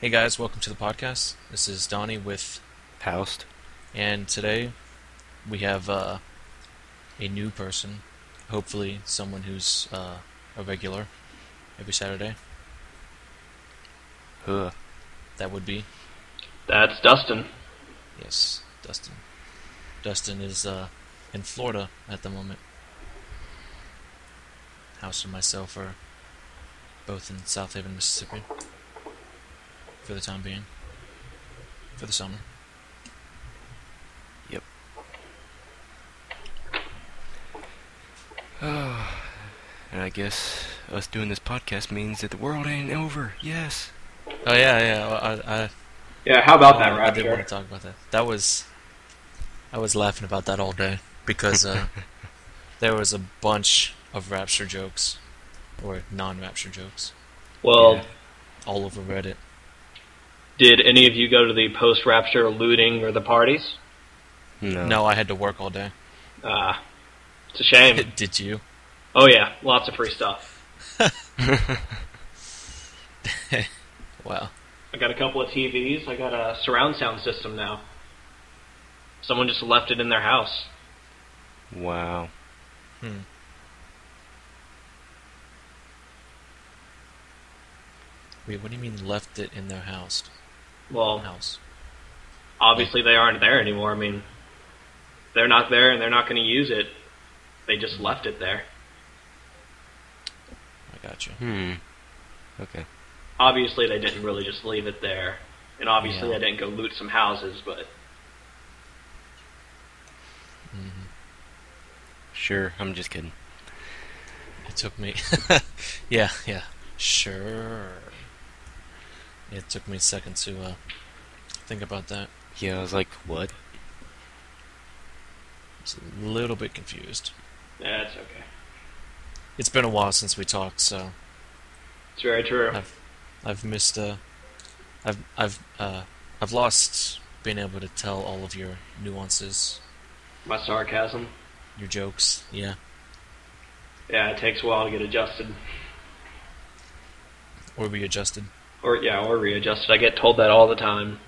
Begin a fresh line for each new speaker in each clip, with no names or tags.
Hey guys, welcome to the podcast. This is Donnie with,
Poust.
and today we have uh, a new person, hopefully someone who's uh, a regular every Saturday.
Ugh.
That would be
That's Dustin.
yes, Dustin. Dustin is uh, in Florida at the moment. House and myself are both in South Haven, Mississippi, for the time being, for the summer.
And I guess us doing this podcast means that the world ain't over. Yes.
Oh yeah, yeah. well, I, I
Yeah, how about that,
Uh, I did want
Roger?
to talk about that. That was, I was laughing about that all day because uh, there was a bunch of Rapture jokes, or non-Rapture jokes,
Well,
Yeah.
all over Reddit.
did any of you go to the post-rapture looting or the parties?
No.
No, I had to work all day.
Ah, it's a shame.
did you?
oh yeah, lots of free stuff.
Wow.
I got a couple of TVs. I got a surround sound system now. Someone just left it in their house.
Wow.
Hmm. Wait, what do you mean left it in their house?
Well,
House.
obviously they aren't there anymore. I mean, they're not there and they're not going to use it. They just left it there.
I got you.
Hmm. Okay.
Obviously they didn't really just leave it there. And obviously
Yeah.
they didn't go loot some houses, but
Sure. I'm just kidding.
It took me. yeah, yeah. Sure. It took me a second to uh, think about that.
Yeah, I was like, what?
I was a little bit confused.
yeah, it's okay.
It's been a while since we talked, so
It's very true.
I've I've missed uh I've I've uh I've lost being able to tell all of your nuances,
My sarcasm.
your jokes. Yeah.
Yeah, it takes a while to get adjusted.
Or readjusted.
Or yeah, or readjusted. I get told that all the time.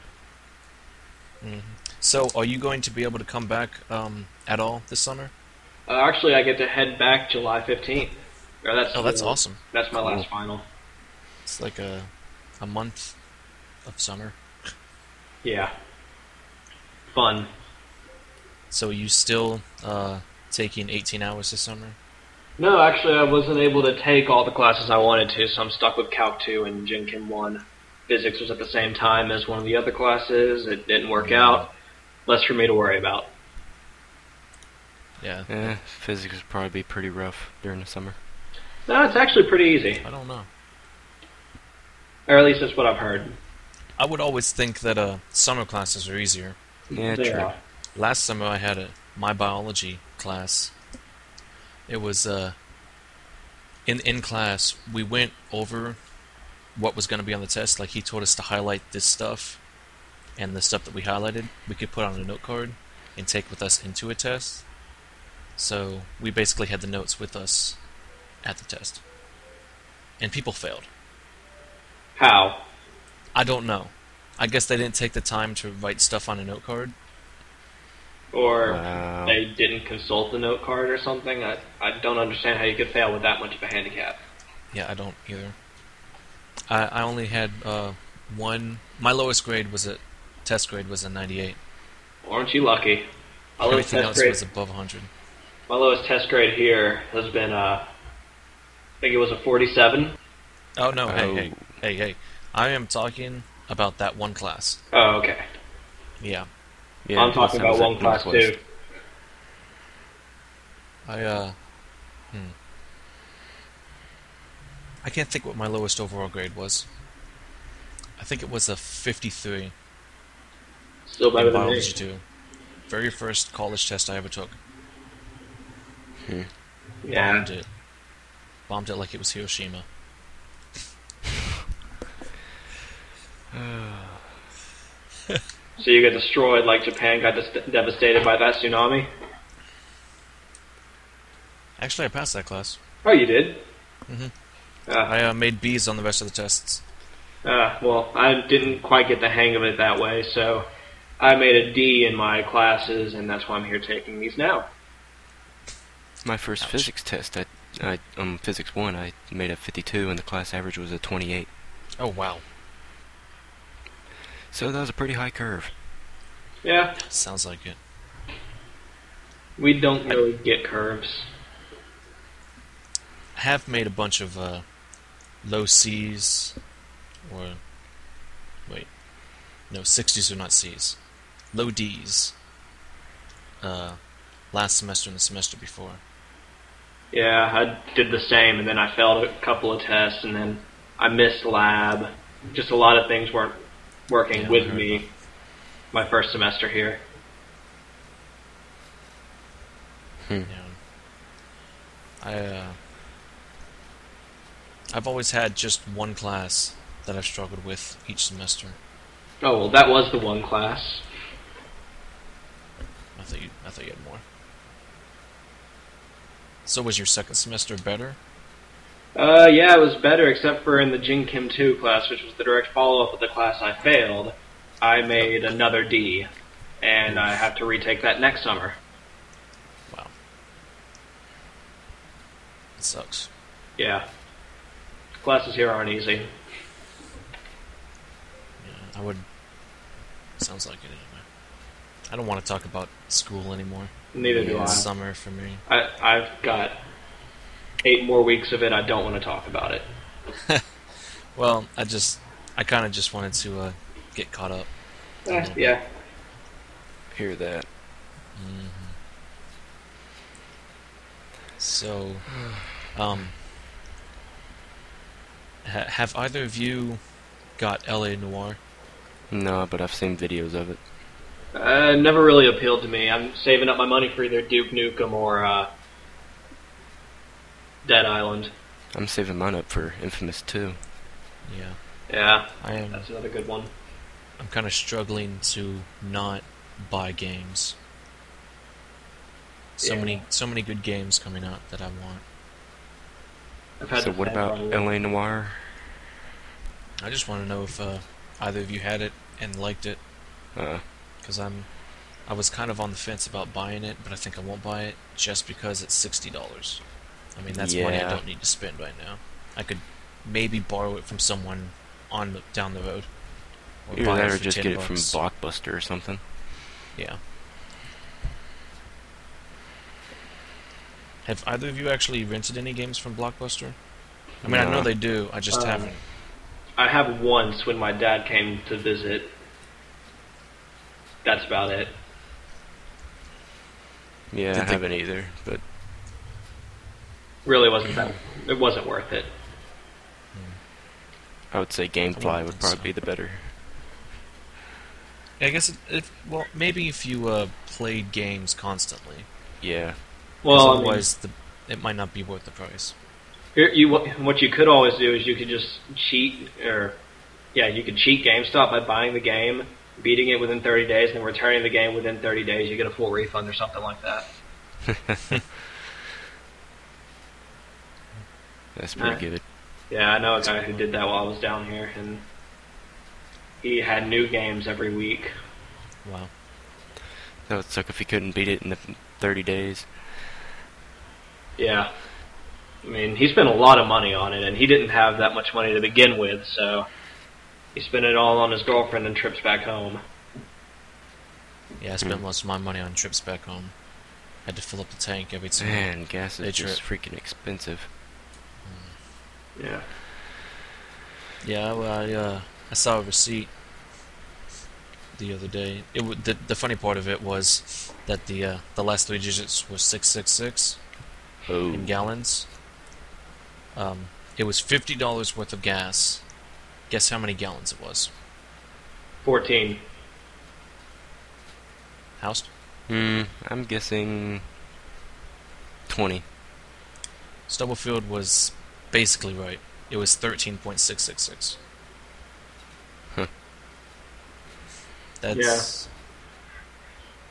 So are you going to be able to come back um at all this summer?
Uh, actually, I get to head back July fifteenth. Or that's
Oh that's
the-
awesome.
That's my
Cool.
last final.
It's like a a month of summer.
Yeah. Fun.
So are you still uh taking eighteen hours this summer?
No, actually, I wasn't able to take all the classes I wanted to, so I'm stuck with Calc two and Gen Chem one. Physics was at the same time as one of the other classes. It didn't work
Mm-hmm.
out. Less for me to worry about.
Yeah.
Eh, physics would probably be pretty rough during the summer.
No, it's actually pretty easy,
I don't know.
or at least that's what I've heard.
I would always think that uh summer classes are easier.
Yeah,
They
true.
are.
Last summer I had a my biology class. It was uh in in class we went over what was going to be on the test. Like he taught us to highlight this stuff, and the stuff that we highlighted we could put on a note card and take with us into a test. So we basically had the notes with us at the test, and people failed.
How?
I don't know. I guess they didn't take the time to write stuff on a note card.
Or
Wow.
they didn't consult the note card or something. I, I don't understand how you could fail with that much of a handicap.
Yeah, I don't either. I, I only had uh, one. My lowest grade was a test grade was a 98.
Aren't you lucky? My lowest
Everything
test
else
grade.
was above 100.
my lowest test grade here has been. Uh, I think it was a 47.
Oh no! Hey,
Oh.
hey, hey, hey! I am talking about that one class.
Oh, okay.
Yeah,
Yeah,
I'm
that
talking about
sounds
one
like
class
Northwest.
too.
I uh, hmm. I can't think what my lowest overall grade was. I think it was a 53
Still better
in
than me.
biology too. Very first college test I ever took.
Yeah.
Bombed it. Bombed it like it was Hiroshima.
So you get destroyed like Japan got dis- devastated by that tsunami.
Actually, I passed that class.
Oh, you did.
Mhm.
Uh,
I uh, made B's on the rest of the tests.
Uh, well, I didn't quite get the hang of it that way, so I made a D in my classes, and that's why I'm here taking these now.
My first
Ouch.
physics test, I, I um physics one, I made a 52, and the class average was a 28.
Oh wow,
So that was a pretty high curve.
Yeah,
sounds like it.
we don't really get curves.
I have made a bunch of uh, low C's, or wait, no, 60s are not C's, low D's. Uh, last semester and the semester before.
Yeah, I did the same, and then I failed a couple of tests, and then I missed lab. Just a lot of things weren't working
Yeah, I
with
heard
me my first semester here.
Yeah. I uh, I've always had just one class that I've struggled with each semester.
Oh, well, that was the one class.
I thought you I thought you had more. So was your second semester better?
Uh, yeah, it was better, except for in the Jin Kim 2 class, which was the direct follow-up of the class I failed. I made another D, and I have to retake that next summer.
Wow. It sucks.
Yeah. Classes here aren't easy.
Yeah, I would sounds like it anyway. I don't want to talk about school anymore.
Neither do
Yeah.
I.
Summer for me.
I. I've got eight more weeks of it. I don't want to talk about it.
Well, I just I kind of just wanted to uh, get caught up.
Eh, yeah.
Hear that?
So, um, ha- have either of you got L.A. Noir?
No, but I've seen videos of it.
Uh, never really appealed to me. I'm saving up my money for either Duke Nukem or uh, Dead Island.
I'm saving mine up for Infamous 2.
Yeah,
Yeah,
I am.
that's another good one.
I'm kind of struggling to not buy games. So
Yeah.
many, so many good games coming out that I want.
I've had
so
the
what
same
about
problem.
LA Noir?
I just want to know if uh, either of you had it and liked it,
Uh,
because I'm, I was kind of on the fence about buying it, but I think I won't buy it just because it's sixty dollars. I mean, that's money I
Yeah.
don't need to spend right now. I could maybe borrow it from someone on the, down the road.
either that or
for
just
10
get it from
bucks.
Blockbuster or something.
Yeah. Have either of you actually rented any games from Blockbuster? I mean, I know
No.
they do. I just
Um,
haven't.
I have once when my dad came to visit. That's about it.
Yeah,
Did
I
they-
haven't either, but
Really wasn't that. It wasn't worth it.
I would say GameFly would
think
probably
so.
be the better.
I guess it, if well, maybe if you uh, played games constantly. 'cause
Yeah.
'Cause
Well, I mean,
otherwise, the, it might not be worth the price.
here- you what what you could always do is you could just cheat, or yeah, you could cheat GameStop by buying the game, beating it within 30 days, and then returning the game within 30 days. You get a full refund or something like that.
That's pretty
Nah.
good.
Yeah, I know a guy who did that while I was down here, and he had new games every week.
Wow.
That would suck if you couldn't beat it in the 30 days.
Yeah. I mean, he spent a lot of money on it, and he didn't have that much money to begin with, so he spent it all on his girlfriend and trips back home.
Yeah, I spent
Hmm.
most of my money on trips back home. Had to fill up the tank every time.
Man, gas is
They
just freaking expensive.
Yeah.
Yeah, well, I, uh, I saw a receipt the other day. It w- the, the funny part of it was that the uh, the last three digits was six six six
Oh.
in gallons. Um, it was fifty dollars worth of gas. Guess how many gallons it was?
14.
Housed.
Hmm, I'm guessing 20.
Stubblefield was basically right. It was thirteen point six six six.
Huh.
That's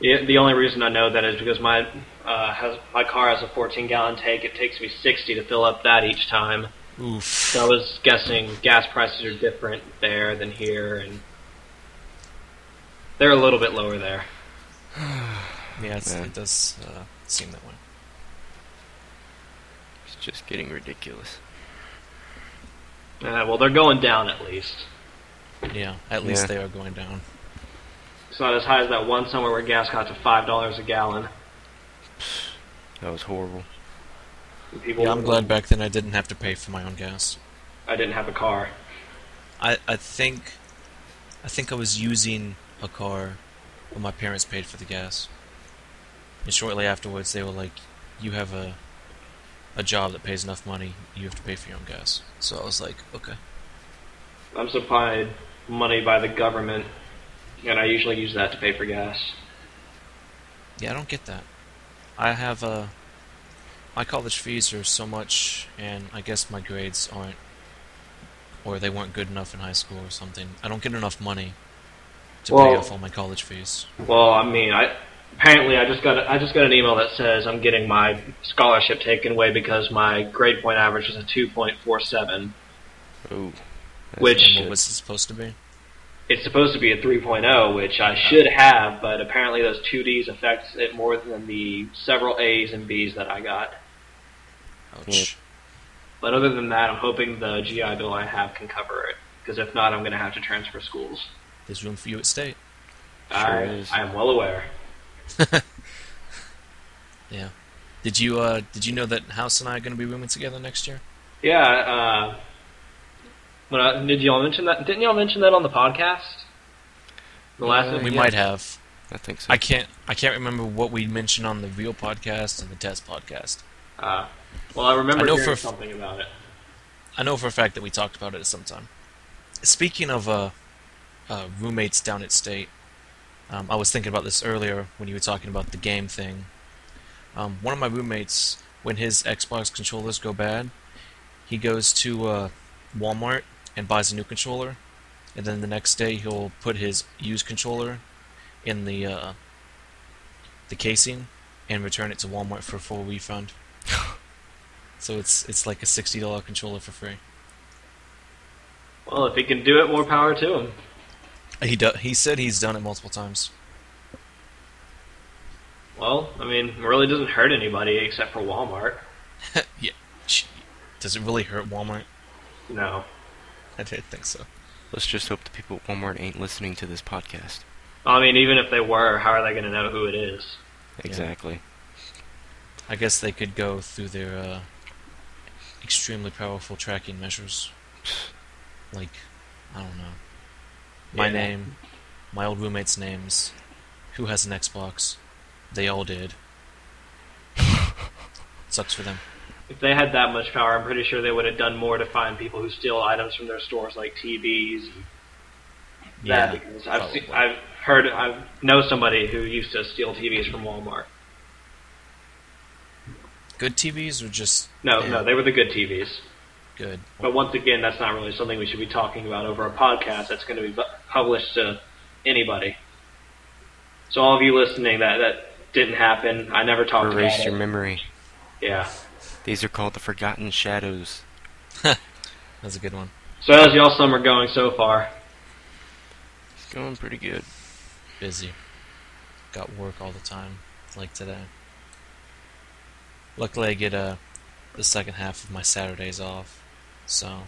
Yeah, the only reason I know that is because my uh, has my car has a 14 gallon tank. It takes me 60 to fill up that each time,
Oof.
So I was guessing gas prices are different there than here, and they're a little bit lower there.
Yeah, it's,
Man.
it does uh, seem that way.
It's just getting ridiculous.
Uh, well, they're going down at least.
Yeah, at least
Yeah.
they are going down.
It's not as high as that one somewhere where gas got to five dollars a gallon.
That was horrible.
And People,
Yeah, I'm glad back then I didn't have to pay for my own gas.
I didn't have a car.
I, I think I think I was using a car when my parents paid for the gas. And shortly afterwards they were like, You have a a job that pays enough money, you have to pay for your own gas. So I was like, Okay.
I'm supplied money by the government, and I usually use that to pay for gas.
Yeah, I don't get that. I have uh my college fees are so much and I guess my grades aren't or they weren't good enough in high school or something. I don't get enough money to pay
Well-
off all my college fees.
Well, I mean, I apparently I just got a, I just got an email that says I'm getting my scholarship taken away because my grade point average is a two point four seven.
Oh. that's
Which-
And
not
what
good.
was it supposed to be?
It's supposed to be a 3.0, which I should have, but apparently those two Ds affects it more than the several A's and B's that I got.
Ouch.
Yeah.
But other than that, I'm hoping the GI Bill I have can cover it. Because if not, I'm going to have to transfer schools.
There's room for you at state.
I,
is.
I am well aware.
Yeah. Did you uh did you know that House and I are going to be rooming together next year?
Yeah. Uh, when I, did y'all mention that? Didn't y'all mention that on the podcast? The last
Uh,
we
yeah.
might have.
I think so.
I can't I can't remember what we mentioned on the real podcast and the test podcast.
Uh, well, I remember
I know
hearing
for-
something about it.
I know for a fact that we talked about it at some time. Speaking of uh, uh roommates down at state, um, I was thinking about this earlier when you were talking about the game thing. Um, one of my roommates, when his Xbox controllers go bad, he goes to uh, Walmart and buys a new controller, and then the next day he'll put his used controller in the uh, the casing and return it to Walmart for a full refund. so it's it's like a sixty dollar controller for free.
Well, if he can do it, more power to him.
He do- he said he's done it multiple times.
Well, I mean, it really doesn't hurt anybody except for Walmart.
yeah. Sh- Does it really hurt Walmart?
No.
I didn't think so.
Let's just hope the people at Walmart ain't listening to this podcast.
I mean, even if they were, how are they going to know who it is?
Exactly.
I guess they could go through their uh, extremely powerful tracking measures. Like, I don't know. My
Yeah.
name, my old roommates' names, who has an Xbox. They all did. Sucks for them.
If they had that much power, I'm pretty sure they would have done more to find people who steal items from their stores, like TVs. And that, because I've
probably.
seen, I've heard I know somebody who used to steal TVs from Walmart.
Good TVs or just
No,
Yeah.
no, they were the good TVs.
good?
But once again, that's not really something we should be talking about over a podcast that's going to be bu- published to anybody. So all of you listening, that that didn't happen. I never talked
Erase
about
your
it.
memory.
yeah.
These are called the Forgotten Shadows.
That's a good one.
So how's y'all summer going so far?
It's going pretty good.
busy. Got work all the time, like today. Luckily, I get uh, the second half of my Saturdays off, so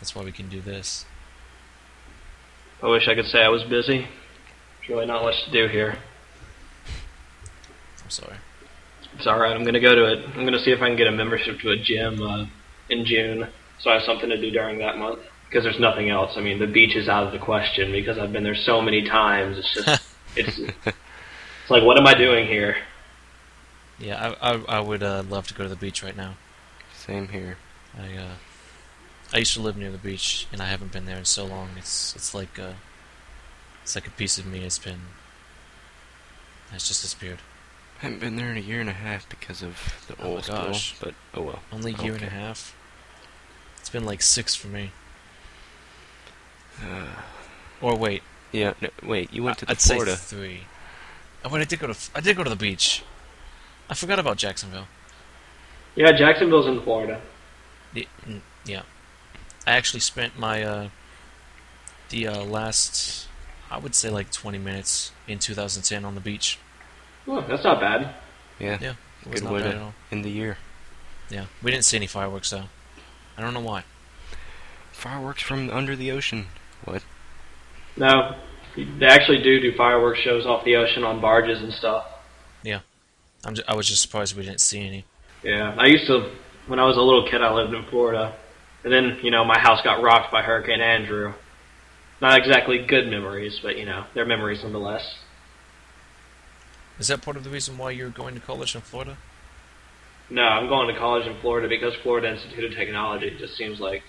that's why we can do this.
I wish I could say I was busy. There's really not much to do here.
I'm sorry.
It's all right. I'm gonna go to it. I'm gonna see if I can get a membership to a gym uh, in June, so I have something to do during that month. Because there's nothing else. I mean, the beach is out of the question because I've been there so many times. It's just, it's, it's like, what am I doing here?
Yeah, I I, I would uh, love to go to the beach right now.
Same here.
I uh, I used to live near the beach, and I haven't been there in so long. It's it's like uh, it's like a piece of me has been has just disappeared.
Haven't been there in a year and a half because of the
Oh my
oil spill,
gosh.
but oh well.
Only a year and a
Okay.
half. It's been like six for me. or wait,
Uh, Yeah. No, wait, you went to the
I'd
Florida.
say three. Oh wait, I did go to I did go to the beach. I forgot about Jacksonville.
Yeah, Jacksonville's in Florida.
Y- mm, Yeah. I actually spent my uh, the uh, last I would say like 20 minutes in 2010 on the beach.
Well, that's not bad.
Yeah.
Yeah, it was
Good
not
way
bad
to-
at all.
In the year.
Yeah, we didn't see any fireworks though. I don't know why.
Fireworks from under the ocean. What?
No, they actually do do fireworks shows off the ocean on barges and stuff.
I'm ju- I was just surprised we didn't see any.
Yeah, I used to when I was a little kid. I lived in Florida, and then you know my house got rocked by Hurricane Andrew. Not exactly good memories, but you know they're memories nonetheless.
Is that part of the reason why you're going to college in Florida?
No, I'm going to college in Florida because Florida Institute of Technology just seems like,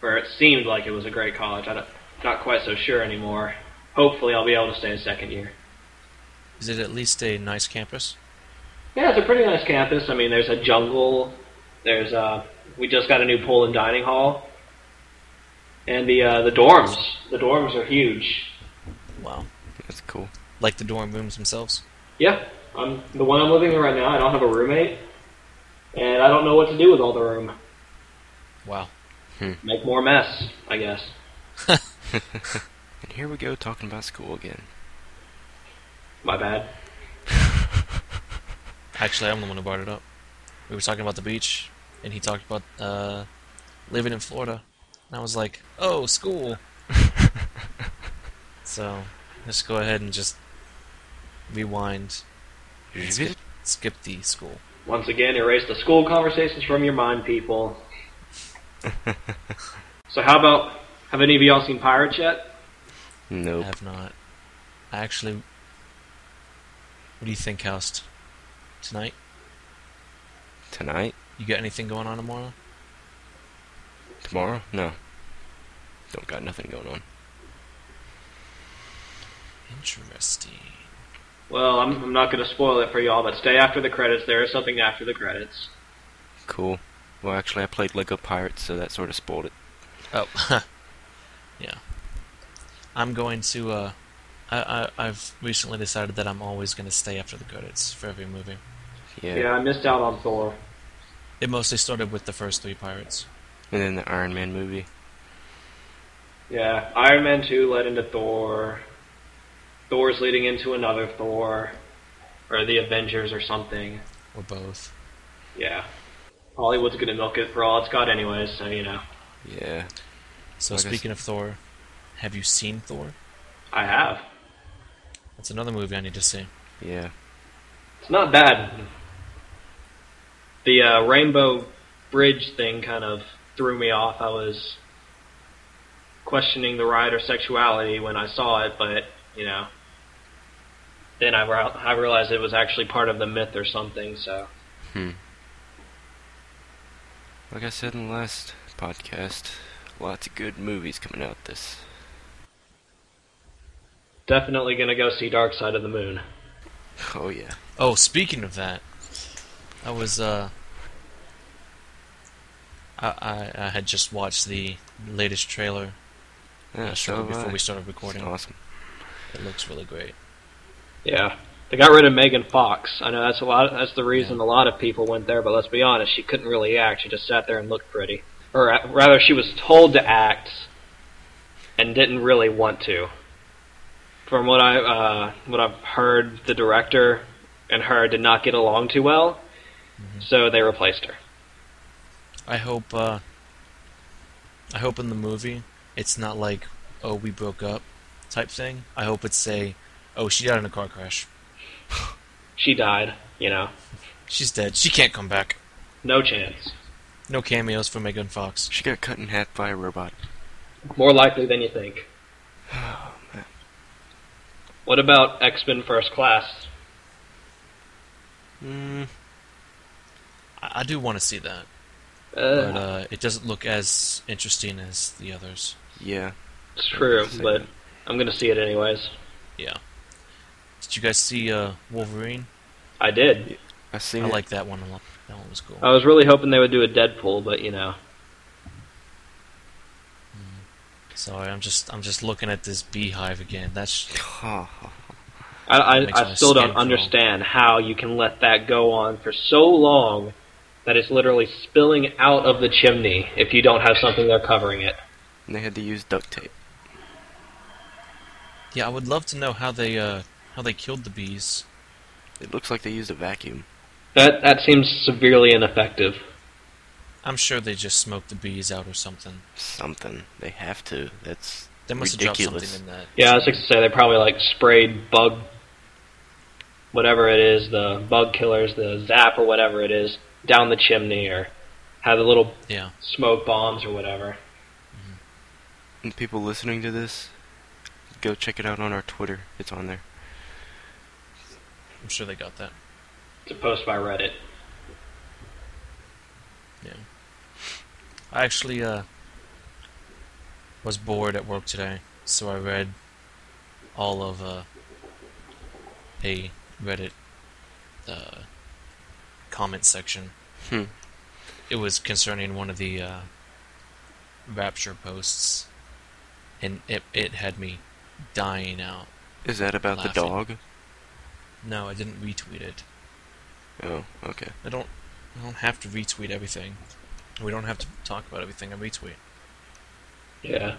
or it seemed like it was a great college. I'm not- not quite so sure anymore. Hopefully, I'll be able to stay in second year.
Is it at least a nice campus?
Yeah, it's a pretty nice campus. I mean, there's a jungle. There's uh, we just got a new pool and dining hall, and the uh, the dorms. The dorms are huge.
Wow.
That's cool.
Like the dorm rooms themselves?
Yeah, I'm the one I'm living in right now. I don't have a roommate, and I don't know what to do with all the room.
Wow.
Make more mess, I guess.
And here we go talking about school again.
My bad.
Actually, I'm the one who brought it up. We were talking about the beach, and he talked about uh, living in Florida, and I was like, "Oh, school." so let's go ahead and just rewind, and skip, skip the school.
Once again, erase the school conversations from your mind, people. so, how about have any of y'all seen Pirates yet?
I
Nope.
have not. I actually. What do you think, Houst? Tonight?
Tonight?
You got anything going on tomorrow?
Tomorrow? No. Don't got nothing going on.
Interesting.
Well, I'm, I'm not going to spoil it for y'all, but stay after the credits. There is something after the credits.
Cool. Well, actually, I played Lego Pirates, so that sort of spoiled it.
Oh, yeah. I'm going to. Uh, I, I I've recently decided that I'm always going to stay after the credits for every movie.
Yeah.
Yeah, I missed out on Thor.
It mostly started with the first three pirates.
And then the Iron Man movie.
Yeah, Iron Man 2 led into Thor. Thor's leading into another Thor. Or the Avengers or something.
Or both.
Yeah. Hollywood's going to milk it for all it's got anyway, so you know.
Yeah.
So
I guess-
speaking of Thor, have you seen Thor?
I have.
That's another movie I need to see.
Yeah.
It's not bad. The uh, rainbow bridge thing kind of threw me off. I was questioning the ride or sexuality when I saw it, but you know, then I, re- I realized it was actually part of the myth or something. So
Like I said in the last podcast, lots of good movies coming out this.
definitely gonna go see Dark Side of the Moon.
Oh, yeah.
Oh, speaking of that, I was uh. I, I, I had just watched the latest trailer
Yeah,
uh,
so
shortly
have
before
I.
we started
It's
recording.
awesome.
It looks really great.
Yeah, they got rid of Megan Fox. I know that's a lot. That's the reason a lot of people went there. But let's be honest, she couldn't really act. She just sat there and looked pretty, or uh, rather, she was told to act and didn't really want to. From what I uh, what I've heard, the director and her did not get along too well, so they replaced her.
I hope uh I hope in the movie it's not like oh we broke up type thing. I hope it's say oh she died in a car crash.
She died. You know,
She's dead. She can't come back.
no chance.
No cameos for Megan Fox.
She got cut in half by a robot.
More likely than you think.
Oh,
What about X Men First Class?
Mm,
I, I do want to see that,
Uh,
but uh it doesn't look as interesting as the others.
yeah.
It's true,
Say
but
that.
I'm gonna see it anyways.
Yeah. Did you guys see uh Wolverine?
I did.
I see.
I like that one a lot. That one was cool.
I was really hoping they would do a Deadpool, but you know,
Sorry, I'm just I'm just looking at this beehive again. That's
I I,
Makes
I
my
still
skin
don't
crawl.
understand how you can let that go on for so long that is literally spilling out of the chimney if you don't have something there covering it.
And they had to use duct tape.
Yeah, I would love to know how they uh, how they killed the bees.
It looks like they used a vacuum.
That that seems severely ineffective.
I'm sure they just smoked the bees out or something.
Something. They have to. That's
They must have dropped
ridiculous.
something in that.
Yeah, I was going to say they probably like sprayed bug, whatever it is, the bug killers, the zap or whatever it is, down the chimney or had the little
Yeah.
smoke bombs or whatever.
And people listening to this, go check it out on our Twitter. It's on there.
I'm sure they got that.
It's a post by Reddit.
I actually uh, was bored at work today, so I read all of uh, a Reddit uh, comment section.
Hmm.
It was concerning one of the uh, Rapture posts, and it, it had me dying out.
Is that about the dog?
Laughing. No, I didn't retweet it.
Oh, okay.
I don't I don't have to retweet everything. We don't have to talk about everything I retweet.
Yeah.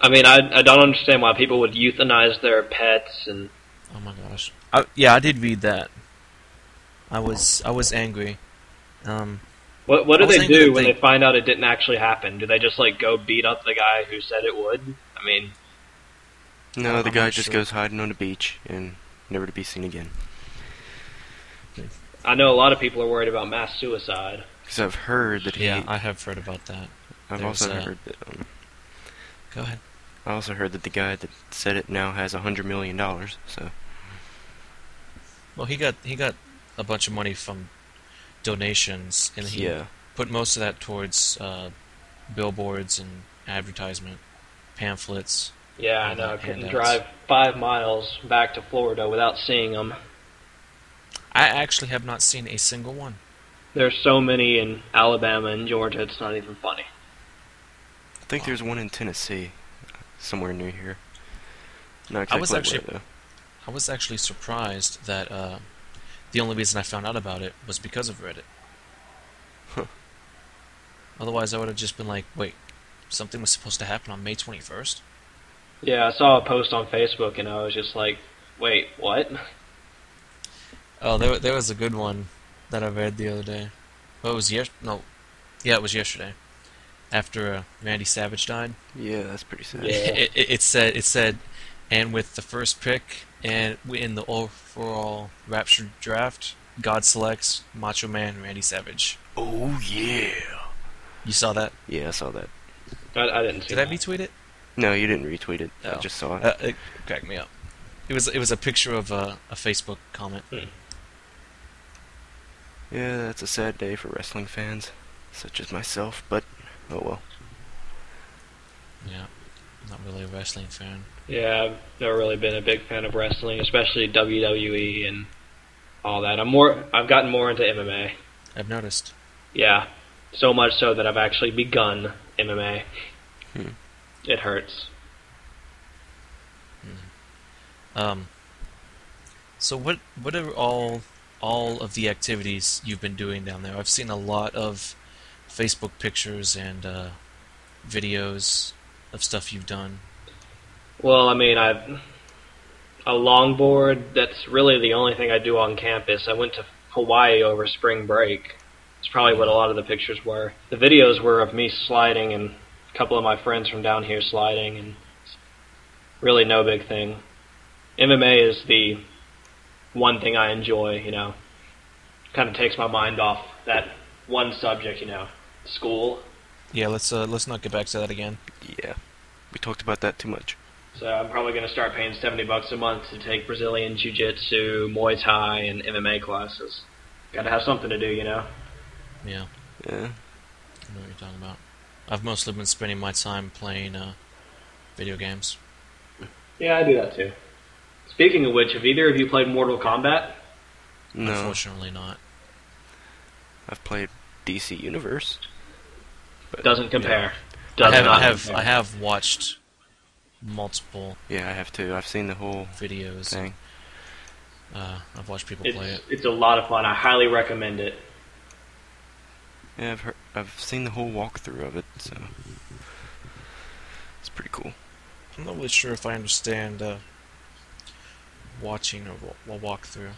I mean, I, I don't understand why people would euthanize their pets and
Oh my gosh. I, yeah, I did read that. I was I was angry. Um,
what what do
I was
they
thinking
do
that
when
they-
they find out it didn't actually happen? Do they just like go beat up the guy who said it would? I mean,
No,
Uh, I'm
the
not
guy just
sure.
goes hiding on a beach and never to be seen again.
I know a lot of people are worried about mass suicide.
Because I've heard that he.
yeah, I have heard about that.
I've
there's uh,
also
that.
heard that. Um,
Go ahead.
I also heard that the guy that said it now has a hundred million dollars. So
Well, he got he got a bunch of money from donations, and he
yeah,
put most of that towards uh, billboards and advertisement pamphlets.
Yeah, I
All
know.
the
I couldn't
handouts.
drive five miles back to Florida without seeing them.
I actually have not seen a single one.
There's so many in Alabama and Georgia, it's not even funny.
I think there's one in Tennessee, uh, somewhere near here. Not
I
exactly
was actually-
where,
I was actually surprised that uh, the only reason I found out about it was because of Reddit.
Huh.
Otherwise, I would have just been like, wait, something was supposed to happen on May 21st?
Yeah, I saw a post on Facebook and I was just like, wait, what?
Oh, there, there was a good one that I read the other day. Well, Oh, it was yes, no, yeah, it was yesterday. After uh, Randy Savage died,
though. Yeah, that's pretty sad.
Yeah.
it, it, it said it said, and with the first pick and we- in the overall Rapture draft, God selects Macho Man Randy Savage.
Oh yeah.
You saw that?
Yeah, I saw that.
I, I didn't see
Did I
that.
retweet it?
No, you didn't retweet it. I
Oh.
just saw it.
Uh, it cracked me up. It was it was a picture of a, a Facebook comment.
yeah, that's a sad day for wrestling fans, such as myself. But oh well.
Yeah, I'm not really a wrestling fan.
Yeah, I've never really been a big fan of wrestling, especially WWE and all that. I'm more I've gotten more into MMA.
I've noticed.
Yeah. So much so that I've actually begun MMA.
Hmm.
It hurts.
Um, so what what are all all of the activities you've been doing down there? I've seen a lot of Facebook pictures and uh, videos of stuff you've done.
Well, I mean, I've a longboard. That's really the only thing I do on campus. I went to Hawaii over spring break. It's probably what a lot of the pictures were. The videos were of me sliding and a couple of my friends from down here sliding, and really no big thing. MMA is the one thing I enjoy. You know, kind of takes my mind off that one subject. You know, school.
Yeah, let's uh, let's not get back to that again.
Yeah, we talked about that too much.
So I'm probably going to start paying 70 bucks a month to take Brazilian Jiu-Jitsu, Muay Thai, and MMA classes. Got to have something to do, you know.
Yeah,
Yeah.
I know what you're talking about. I've mostly been spending my time playing uh, video games.
Yeah, I do that too. Speaking of which, have either of you played Mortal Kombat?
No,
Unfortunately, not.
I've played DC Universe.
Doesn't compare.
I
Does
have,
not
I have,
compare.
I have watched multiple
Yeah, I have too. I've seen the whole
videos.
thing.
Uh, I've watched people play
It's
it.
it's a lot of fun. I highly recommend it.
Yeah, I've heard, I've seen the whole walkthrough of it, so it's pretty cool.
I'm not really sure if I understand uh, watching a, wa- a walkthrough.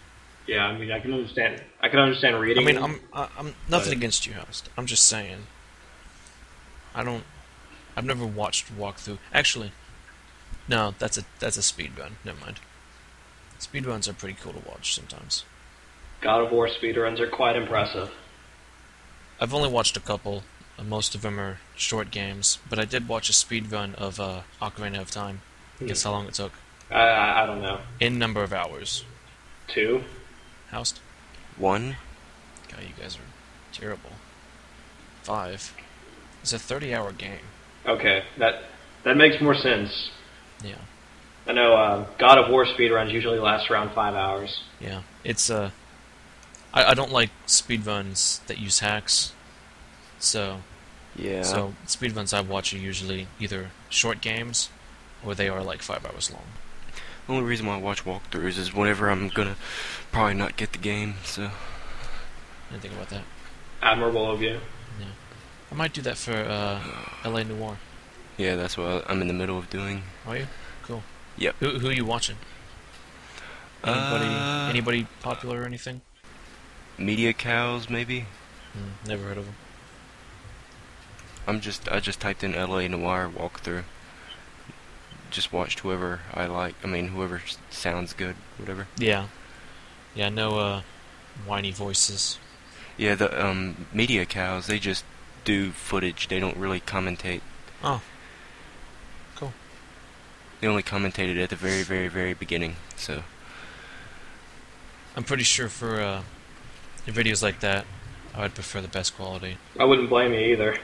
Yeah, I mean, I can understand. I can understand
I
reading.
mean, I'm I- I'm nothing
But-
against you, host. I'm just saying. I don't. I've never watched walkthrough. Actually, no, that's a that's a speed run. Never mind. Speed runs are pretty cool to watch sometimes.
God of War speedruns are quite impressive.
I've only watched a couple. and Most of them are short games, but I did watch a speed run of uh, Ocarina of Time. Guess how long it took?
I, I, I don't know.
In number of hours.
Two.
Housed.
One,
God, you guys are terrible. Five. It's a 30-hour game.
Okay, that that makes more sense.
Yeah.
I know uh, God of War speedruns usually last around five hours.
Yeah, it's uh, I, I don't like speedruns that use hacks. So
yeah,
so speedruns I watch are usually either short games, or they are like five hours long.
The only reason why I watch walkthroughs is whenever I'm gonna probably not get the game, so.
Anything about that?
Admirable of you.
I might do that for uh, L.A. Noir.
Yeah, that's what I'm in the middle of doing.
Are you? Cool.
Yep.
Who who are you watching? Anybody
Uh,
anybody popular or anything?
Media cows, maybe?
Mm,
hmm,
never heard of them.
I'm just, I just typed in LA Noir walkthrough. Just watched whoever I like. I mean, whoever s- sounds good, whatever.
Yeah, yeah. No uh, whiny voices.
Yeah, the um, media cows, they just do footage. They don't really commentate.
Oh. Cool.
They only commentated at the very, very, very beginning. So
I'm pretty sure for uh, videos like that, I would prefer the best quality.
I wouldn't blame you either.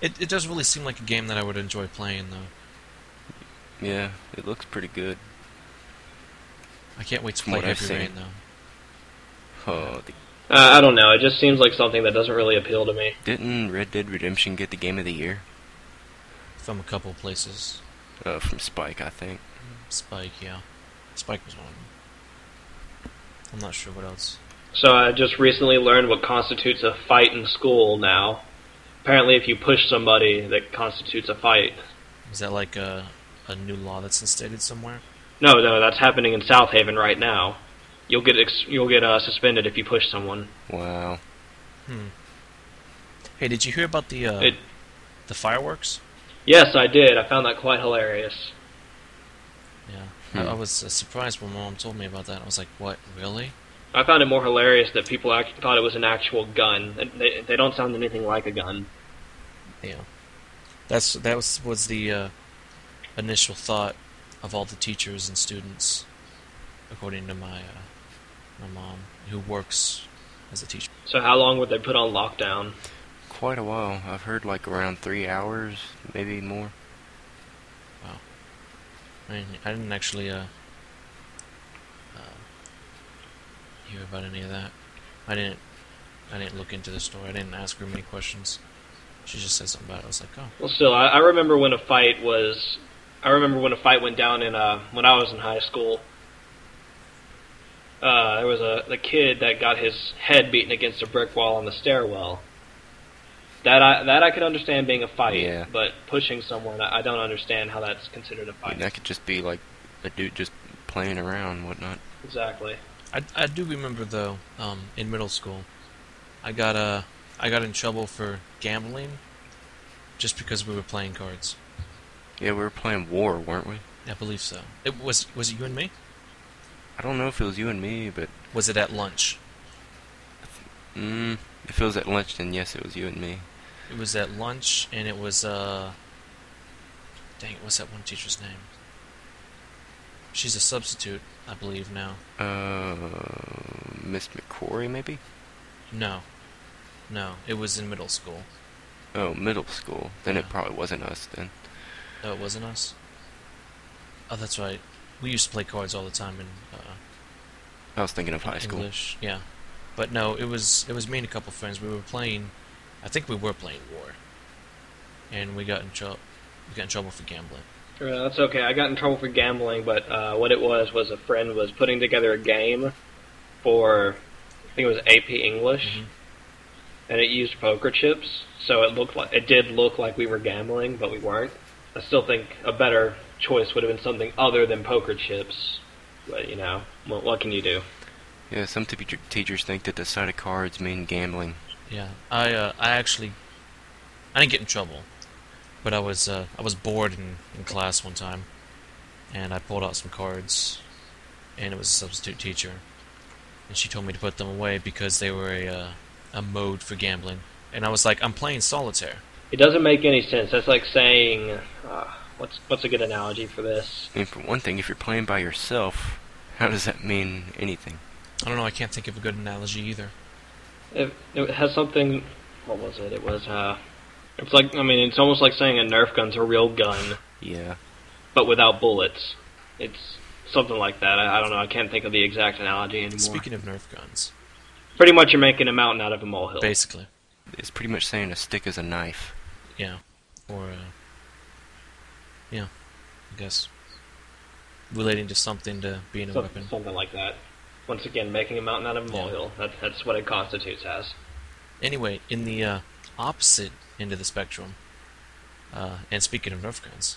It, it does really seem like a game that I would enjoy playing, though.
yeah, it looks pretty good.
I can't wait to
From
play
what I've
Heavy
seen.
Rain, though.
Oh, the,
Uh, I don't know. It just seems like something that doesn't really appeal to me.
didn't Red Dead Redemption get the game of the year?
From a couple places.
Uh, from Spike, I think.
Spike, yeah. Spike was one of them. I'm not sure what else.
So I just recently learned what constitutes a fight in school now. Apparently, if you push somebody, that constitutes a fight.
Is that like a, a new law that's instated somewhere?
No, no, that's happening in South Haven right now. You'll get ex- you'll get uh, suspended if you push someone.
Wow.
Hmm. Hey, did you hear about the uh,
It-
the fireworks?
Yes, I did. I found that quite hilarious.
Yeah.
Hmm.
I, I was uh, surprised when mom told me about that. I was like, what? Really?
I found it more hilarious that people act- thought it was an actual gun. And They, they don't sound anything like a gun.
Yeah. That's that was was the uh, initial thought of all the teachers and students, according to my uh, my mom, who works as a teacher.
So how long would they put on lockdown?
Quite a while. I've heard like around three hours, maybe more.
I mean, I didn't actually uh, uh, hear about any of that. I didn't I didn't look into the story. I didn't ask her many questions. She just said something about it. I was like, oh,
Well, still, I, I remember when a fight was. I remember when a fight went down in uh, when I was in high school. Uh, there was a the kid that got his head beaten against a brick wall on the stairwell. That I that I could understand being a fight,
Yeah.
but pushing someone, I, I don't understand how that's considered a
I
fight.
mean, that could just be like a dude just playing around, and whatnot.
Exactly.
I, I do remember though, um, in middle school, I got uh, I got in trouble for gambling, just because we were playing cards.
Yeah, we were playing war, weren't we?
I believe so. It was was it you and me?
I don't know if it was you and me, but
Was it at lunch?
mm, if it was at lunch, then yes, it was you and me.
It was at lunch, and it was uh, dang, it, what's that one teacher's name? She's a substitute, I believe now.
Uh, Miss McCrory, maybe?
No, no, it was in middle school.
Oh, middle school. Then it
Yeah.
probably wasn't us then.
No, it wasn't us. Oh, that's right. We used to play cards all the time in uh,
I was thinking of high school.
English, yeah. But no, it was it was me and a couple friends. We were playing, I think we were playing War, and we got in trouble. We got in trouble for gambling.
Uh, that's okay. I got in trouble for gambling, but uh, what it was was a friend was putting
Mm-hmm.
together a game for, I think it was AP English, and it used poker chips, so it looked like it did look like we were gambling, but we weren't. I still think a better choice would have been something other than poker chips, but you know, what, what can you do?
Yeah, some teacher teachers think that the sight of cards mean gambling.
Yeah, I uh, I actually I didn't get in trouble, but I was uh, I was bored in, in class one time, and I pulled out some cards, and it was a substitute teacher, and she told me to put them away because they were a uh, a mode for gambling, and I was like, I'm playing solitaire.
It doesn't make any sense. That's like saying, uh, what's what's a good analogy for this?
I mean, for one thing, if you're playing by yourself, how does that mean anything?
I don't know. I can't think of a good analogy either.
It, it has something. What was it? It was. Uh, it's like I mean, it's almost like saying a Nerf gun's a real gun,
Yeah.
but without bullets. It's something like that. I, I don't know. I can't think of the exact analogy anymore.
Speaking of Nerf guns,
Pretty much, you're making a mountain out of a molehill.
basically,
It's pretty much saying a stick is a knife.
yeah, or uh, yeah, I guess relating to something to being a
Some-
weapon.
Something like that. Once again, making a mountain out of a
Yeah.
molehill. That, that's what it constitutes as.
Anyway, in the uh, opposite end of the spectrum, uh, and speaking of Nerf guns,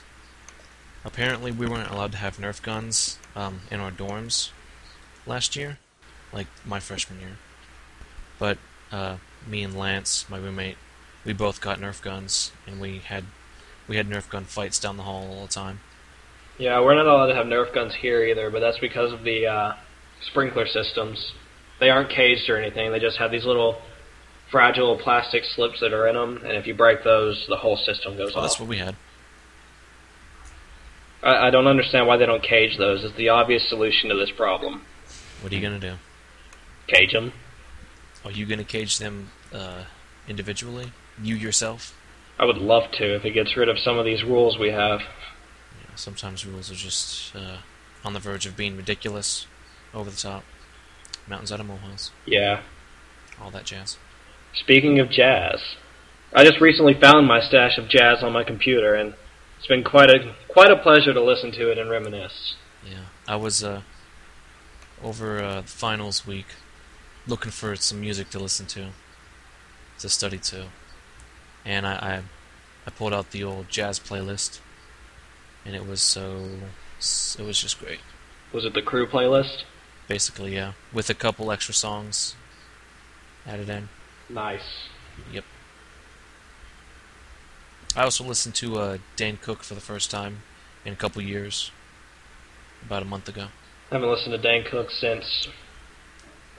apparently we weren't allowed to have Nerf guns um, in our dorms last year, like my freshman year. But uh, me and Lance, my roommate, we both got Nerf guns, and we had we had Nerf gun fights down the hall all the time.
Yeah, we're not allowed to have Nerf guns here either, but that's because of the uh, sprinkler systems. They aren't caged or anything. They just have these little fragile plastic slips that are in them, and if you break those, the whole system goes
So that's
off.
what we had.
I, I don't understand why they don't cage those. It's the obvious solution to this problem.
What are you gonna do?
Cage them.
Are you gonna cage them uh, individually? You yourself?
I would love to if it gets rid of some of these rules we have.
Yeah, sometimes rules are just uh, on the verge of being ridiculous, over the top. Mountains out of molehills,
Yeah.
all that jazz.
Speaking of jazz, I just recently found my stash of jazz on my computer, and it's been quite a quite a pleasure to listen to it and reminisce.
Yeah, I was uh, over uh, the finals week looking for some music to listen to, to study to, and I, I I pulled out the old jazz playlist, and it was so it was just great.
Was it the crew playlist?
Basically, yeah, with a couple extra songs added in.
Nice.
Yep. I also listened to uh, Dan Cook for the first time in a couple years, about a month ago.
Haven't listened to Dan Cook since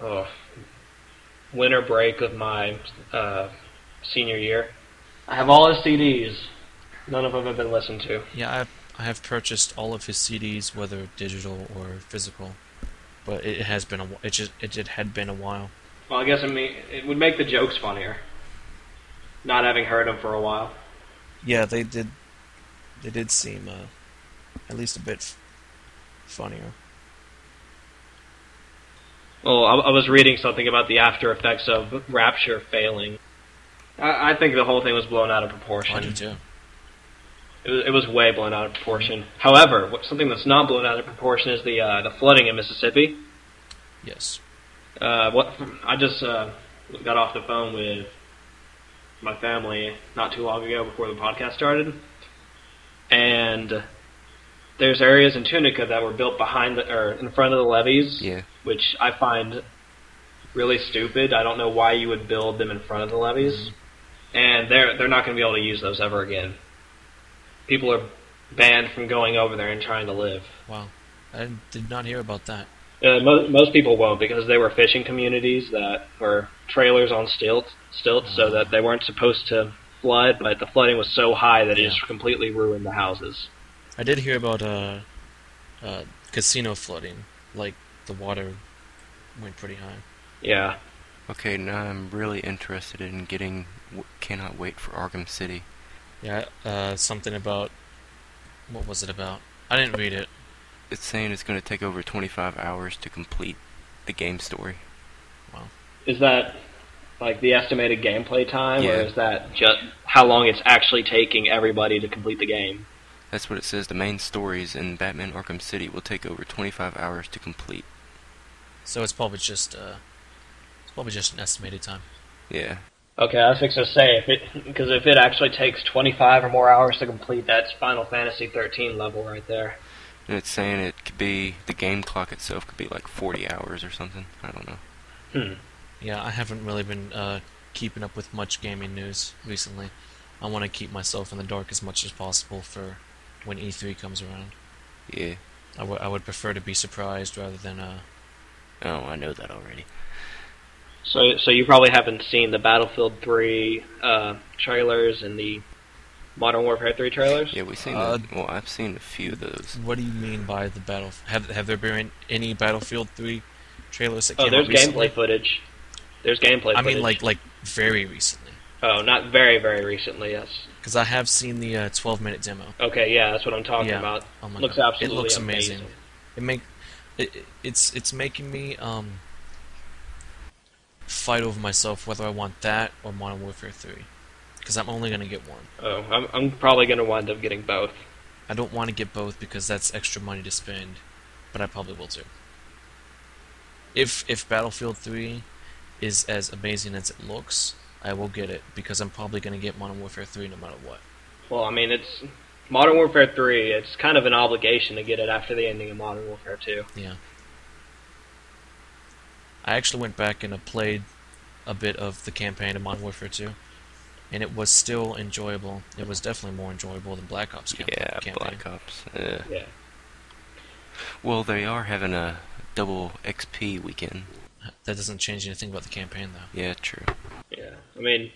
oh, winter break of my uh, senior year. I have all his CDs. None of them have been listened to.
Yeah, I I have purchased all of his CDs, whether digital or physical, but it has been a wh- it just it, it had been a while.
Well, I guess I mean it would make the jokes funnier. Not having heard them for a while.
Yeah, they did they did seem uh, at least a bit f- funnier.
Well, Oh, I, I was reading something about the after effects of Rapture failing. I, I think the whole thing was blown out of proportion.
Oh, I do too.
It was, it was way blown out of proportion. However, what, something that's not blown out of proportion is the uh, the flooding in Mississippi.
Yes.
Uh, what I just uh, got off the phone with my family not too long ago before the podcast started, and there's areas in Tunica that were built behind the, or in front of the levees,
Yeah.
which I find really stupid. I don't know why you would build them in front of the levees, and they're they're not going to be able to use those ever again. People are banned from going over there and trying to live.
Wow, I did not hear about that.
Uh, mo- most people won't because they were fishing communities that were trailers on stilts, stilts, so that they weren't supposed to flood. But the flooding was so high that it
Yeah.
just completely ruined the houses.
I did hear about uh, uh, casino flooding. Like the water went pretty high.
Yeah,
Okay, now I'm really interested in getting. W- cannot wait for Arkham City.
Yeah. Uh, something about what was it about? I didn't read it.
It's saying it's going to take over 25 hours to complete the game story.
is that like the estimated gameplay time,
Yeah.
or is that just how long it's actually taking everybody to complete the game?
That's what it says. The main stories in Batman Arkham City will take over 25 hours to complete.
So it's probably just uh, it's probably just an estimated time.
Yeah.
Okay, I was fixing to say if it because if it actually takes 25 or more hours to complete, that's Final Fantasy 13 level right there.
And it's saying it could be the game clock itself could be like 40 hours or something. I don't know.
Hmm.
Yeah, I haven't really been uh, keeping up with much gaming news recently. I want to keep myself in the dark as much as possible for when E3 comes around.
Yeah.
I, w- I would prefer to be surprised rather than uh,
Oh, I know that already.
So, so you probably haven't seen the Battlefield 3 uh, trailers and the Modern Warfare 3 trailers.
Yeah, we've seen.
Uh,
the, well, I've seen a few of those.
What do you mean by the battle? Have have there been any Battlefield Three trailers that
Oh,
came
there's
out recently?
gameplay footage. There's gameplay.
I
footage.
mean, like like very recently,
oh, not very very recently. Yes.
because I have seen the uh, 12 minute demo.
Okay, yeah, that's what I'm talking
Yeah.
about.
Oh my
looks
god,
absolutely
it looks
amazing.
amazing. It make it, it- it's it's making me um fight over myself whether I want that or Modern Warfare 3, because I'm only gonna get one.
Oh, I'm, I'm probably going to wind up getting both.
I don't want to get both because that's extra money to spend, but I probably will too. If if Battlefield 3 is as amazing as it looks, I will get it because I'm probably going to get Modern Warfare 3 no matter what.
Well, I mean, it's Modern Warfare 3. It's kind of an obligation to get it after the ending of Modern Warfare 2.
Yeah. I actually went back and uh, played a bit of the campaign of Modern Warfare 2, and it was still enjoyable. It was definitely more enjoyable than Black Ops camp-
Yeah,
campaign.
Black Ops. Yeah.
Yeah.
Well, they are having a double XP weekend.
That doesn't change anything about the campaign though.
Yeah, true.
Yeah, I mean,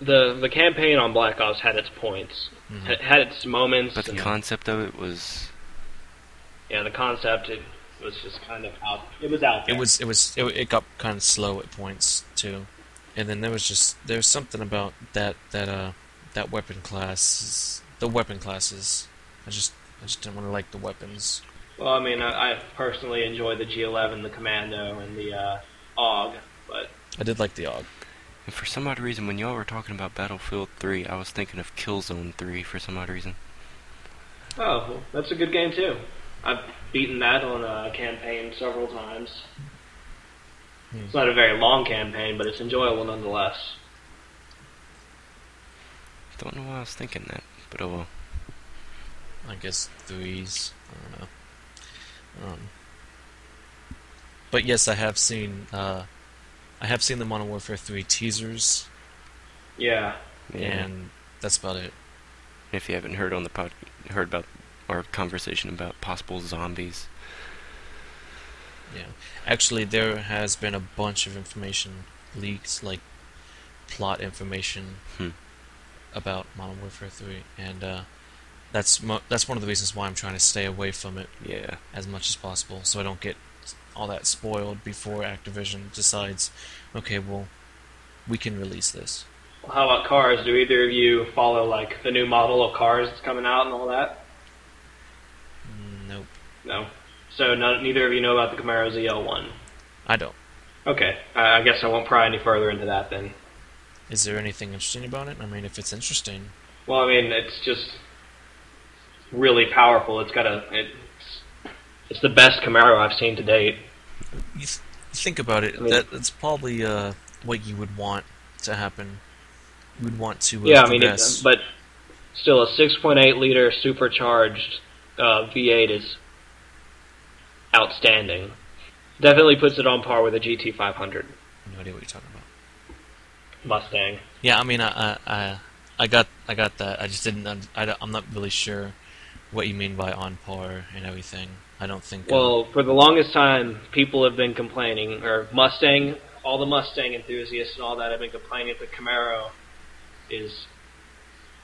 the the campaign on Black Ops had its points,
Mhm.
had, had its moments.
But the
and-
concept of it was
yeah, the concept it was just kind of out. It was out. There.
it was it was it, it got kind of slow at points too and then there was just there's something about that that uh that weapon class the weapon classes i just i just didn't want to like the weapons
Well, I mean, I, I personally enjoy the G11, the Commando, and the uh, AUG, but
i did like the og
And for some odd reason, when y'all were talking about Battlefield 3, I was thinking of Killzone 3 for some odd reason.
oh, well, that's a good game too. I've beaten that on a campaign several times.
Hmm.
It's not a very long campaign, but it's enjoyable nonetheless.
Don't know why I was thinking that, but oh well.
i guess threes i don't know um but yes i have seen uh i have seen the modern warfare 3 teasers
Yeah.
And
and that's about it
if you haven't heard on the pod, heard about our conversation about possible zombies,
Yeah. Actually, there has been a bunch of information leaks, like plot information
Hmm.
about Modern Warfare 3, and uh, that's mo- that's one of the reasons why I'm trying to stay away from it
yeah,
as much as possible, so I don't get all that spoiled before Activision decides, okay, well, we can release this.
Well, how about cars? Do either of you follow like the new model of cars that's coming out and all that?
Nope,
No. So none, neither of you know about the Camaro ZL1.
I don't.
Okay, I, I guess I won't pry any further into that then.
Is there anything interesting about it? I mean, if it's interesting,
Well, I mean, it's just really powerful. It's got a it's it's the best Camaro I've seen to date.
you th- think about it,
I mean-
that, that's probably uh, what you would want to happen. You would want to uh,
yeah, I mean, it,
progress.
but still a 6.8 liter supercharged uh, V8 is outstanding. Definitely puts it on par with a GT500
no idea what you're talking about.
Mustang.
Yeah, I mean, I, I, I, I got, I got that. I just didn't. un- I, am not really sure what you mean by on par and everything. I don't think. uh,
Well, for the longest time, people have been complaining, or Mustang, all the Mustang enthusiasts and all that have been complaining that the Camaro is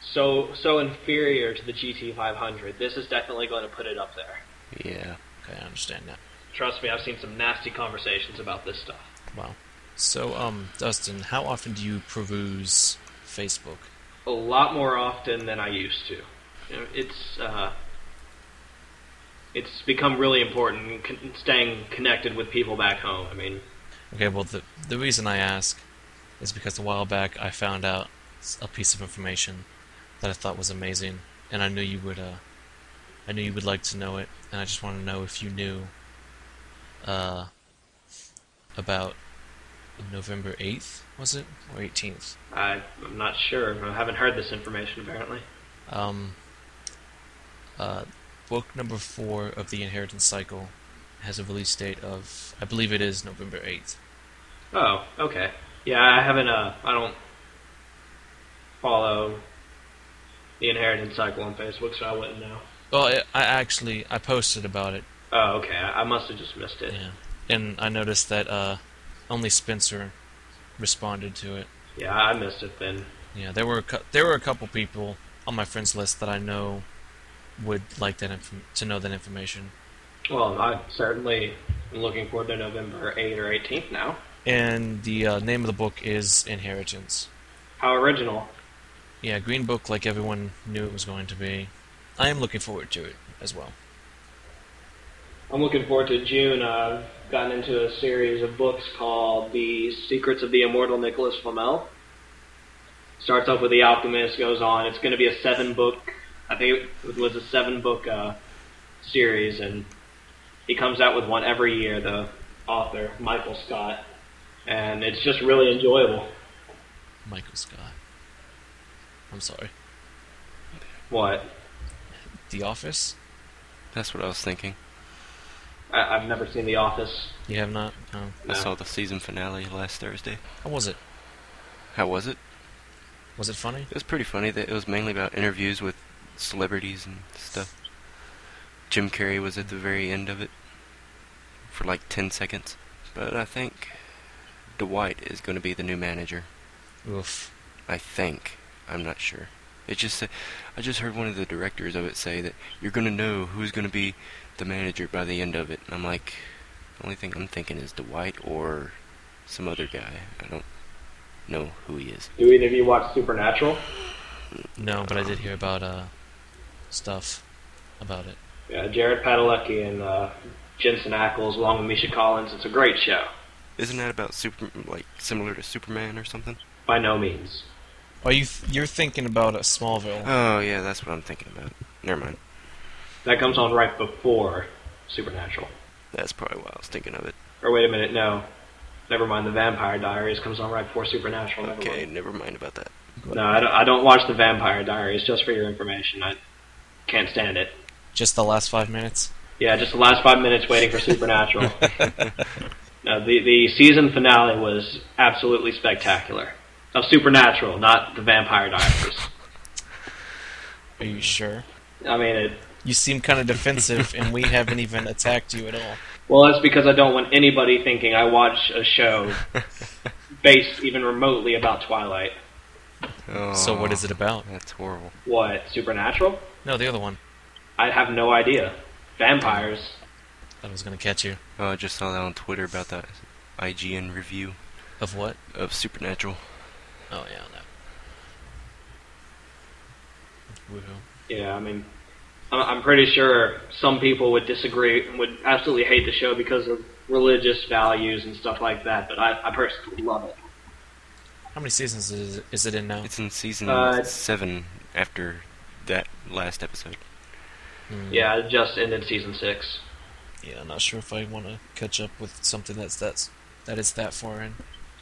so so inferior to the GT500. This is definitely going to put it up there.
yeah.
okay, I understand now.
Trust me, I've seen some nasty conversations about this stuff.
Wow. So, um, Dustin, how often do you peruse Facebook?
A lot more often than I used to. You know, It's uh, it's become really important con- staying connected with people back home. I mean,
Okay, well, the the reason I ask is because a while back I found out s- a piece of information that I thought was amazing, and I knew you would. Uh, I knew you would like to know it, and I just want to know if you knew uh, about November 8th, was it? Or 18th?
I, I'm not sure. I haven't heard this information, apparently.
Um, uh, book number four of the Inheritance Cycle has a release date of, I believe it is November 8th.
Oh, okay. Yeah, I haven't. Uh, I don't follow the inheritance cycle on Facebook, so I wouldn't know.
Well, I, I actually, I posted about it,
Oh, okay. I I must have just missed it.
yeah. And I noticed that uh, only Spencer responded to it.
Yeah, I missed it then.
Yeah, there were a cou- there were a couple people on my friends list that I know would like that inf- to know that information.
Well, I certainly am looking forward to November 8th or 18th now.
And the uh, name of the book is Inheritance.
How original.
Yeah, Green Book, like everyone knew it was going to be. I am looking forward to it as well.
I'm looking forward to June. I've gotten into a series of books called The Secrets of the Immortal Nicholas Flamel. Starts off with The Alchemist, goes on. It's going to be a seven book, I think it was a seven book uh, series, and he comes out with one every year, the author, Michael Scott. And it's just really enjoyable.
Michael Scott. I'm sorry.
What?
The Office?
That's what I was thinking.
I- I've never seen The Office.
You have not? No.
I
No.
saw the season finale last Thursday.
How was it?
How was it?
Was it funny?
It was pretty funny. That it was mainly about interviews with celebrities and stuff. Jim Carrey was at the very end of it for like ten seconds, but I think Dwight is going to be the new manager.
Oof.
I think. I'm not sure. It just sa- I just heard one of the directors of it say that you're gonna know who's gonna be the manager by the end of it. And I'm like, the only thing I'm thinking is Dwight or some other guy. I don't know who he is.
Do either of you watch Supernatural?
No, but I did hear about uh, stuff about it.
Yeah, Uh, Jared Padalecki and uh, Jensen Ackles, along with Misha Collins. It's a great show.
Isn't that about super like similar to Superman or something?
By no means.
Are you th- you're thinking about a Smallville?
Oh yeah, that's what I'm thinking about. Never mind.
That comes on right before Supernatural.
That's probably why I was thinking of it.
Or wait a minute, no. Never mind. The Vampire Diaries comes on right before Supernatural. Oh, Never
Okay,
mind.
never mind about that.
No, I don't, I don't watch the Vampire Diaries. Just for your information, I can't stand it.
Just the last five minutes?
Yeah, just the last five minutes waiting for Supernatural. no, the the season finale was absolutely spectacular. Of Supernatural, not the Vampire Diaries.
Are you sure?
I mean, it
You seem kind of defensive, and we haven't even attacked you at all.
Well, that's because I don't want anybody thinking I watch a show based even remotely about Twilight.
Oh,
So what is it about?
That's horrible.
What, Supernatural?
No, the other one.
I have no idea. Vampires.
That was gonna catch you.
Oh, I just saw that on Twitter about that IGN review
Of what?
of Supernatural.
Oh yeah, no. Woohoo!
Yeah, I mean, I- I'm pretty sure some people would disagree and would absolutely hate the show because of religious values and stuff like that, but I, I personally love it.
How many seasons is is it in now?
It's in season
Uh, it's-
seven after that last episode.
Hmm.
Yeah, it just ended season six.
Yeah, I'm not sure if I want to catch up with something that's that's that is that far in.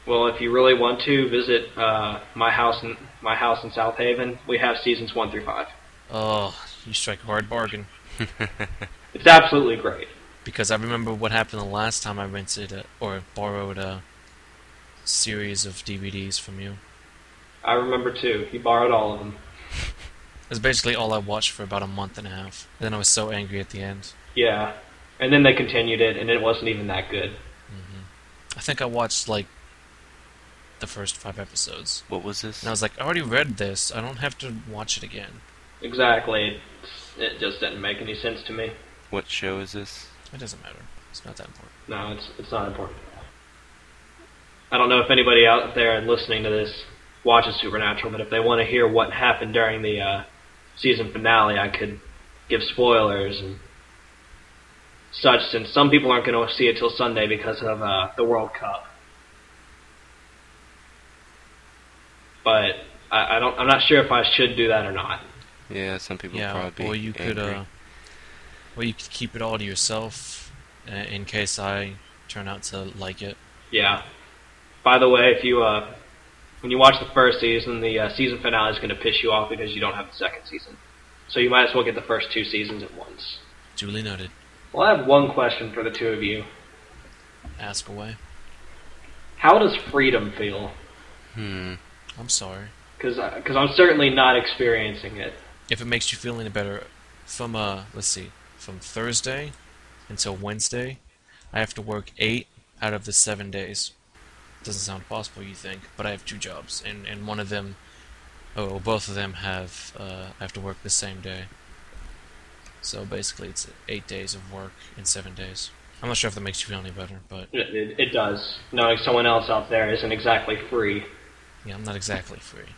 Well, if you really want to visit uh, my house in my house in South Haven, we have seasons one through five.
Oh, you strike a hard bargain.
It's absolutely great.
Because I remember what happened the last time I rented a, or borrowed a series of DVDs from you.
I remember too. He borrowed all of them.
That's basically all I watched for about a month and a half. Then I was so angry at the end.
Yeah. And then they continued it, and it wasn't even that good.
I think I watched like the first five episodes.
What was this?
And I was like, I already read this. I don't have to watch it again.
Exactly. It just didn't make any sense to me.
What show is this?
It doesn't matter. It's not that important.
No, it's it's not important. I don't know if anybody out there listening to this watches Supernatural, but if they want to hear what happened during the uh, season finale, I could give spoilers and such. Since some people aren't going to see it till Sunday because of uh, the World Cup, but I, I don't. I'm not sure if I should do that or not.
Yeah, some people
yeah,
probably.
or you could,
angry.
uh, or you could keep it all to yourself uh, in case I turn out to like it.
Yeah, By the way, if you uh, when you watch the first season, the uh, season finale is going to piss you off because you don't have the second season. So you might as well get the first two seasons at once.
Duly noted.
Well, I have one question for the two of you.
Ask away.
How does freedom feel?
Hmm.
I'm sorry.
Because because I'm certainly not experiencing it.
If it makes you feel any better, from uh, let's see, from Thursday until Wednesday, I have to work eight out of the seven days. Doesn't sound possible, you think, but I have two jobs, and and one of them, oh, both of them have uh, I have to work the same day. So basically, it's eight days of work in seven days. I'm not sure if that makes you feel any better, but
It, it, it does. Knowing someone else out there isn't exactly free.
yeah, I'm not exactly free.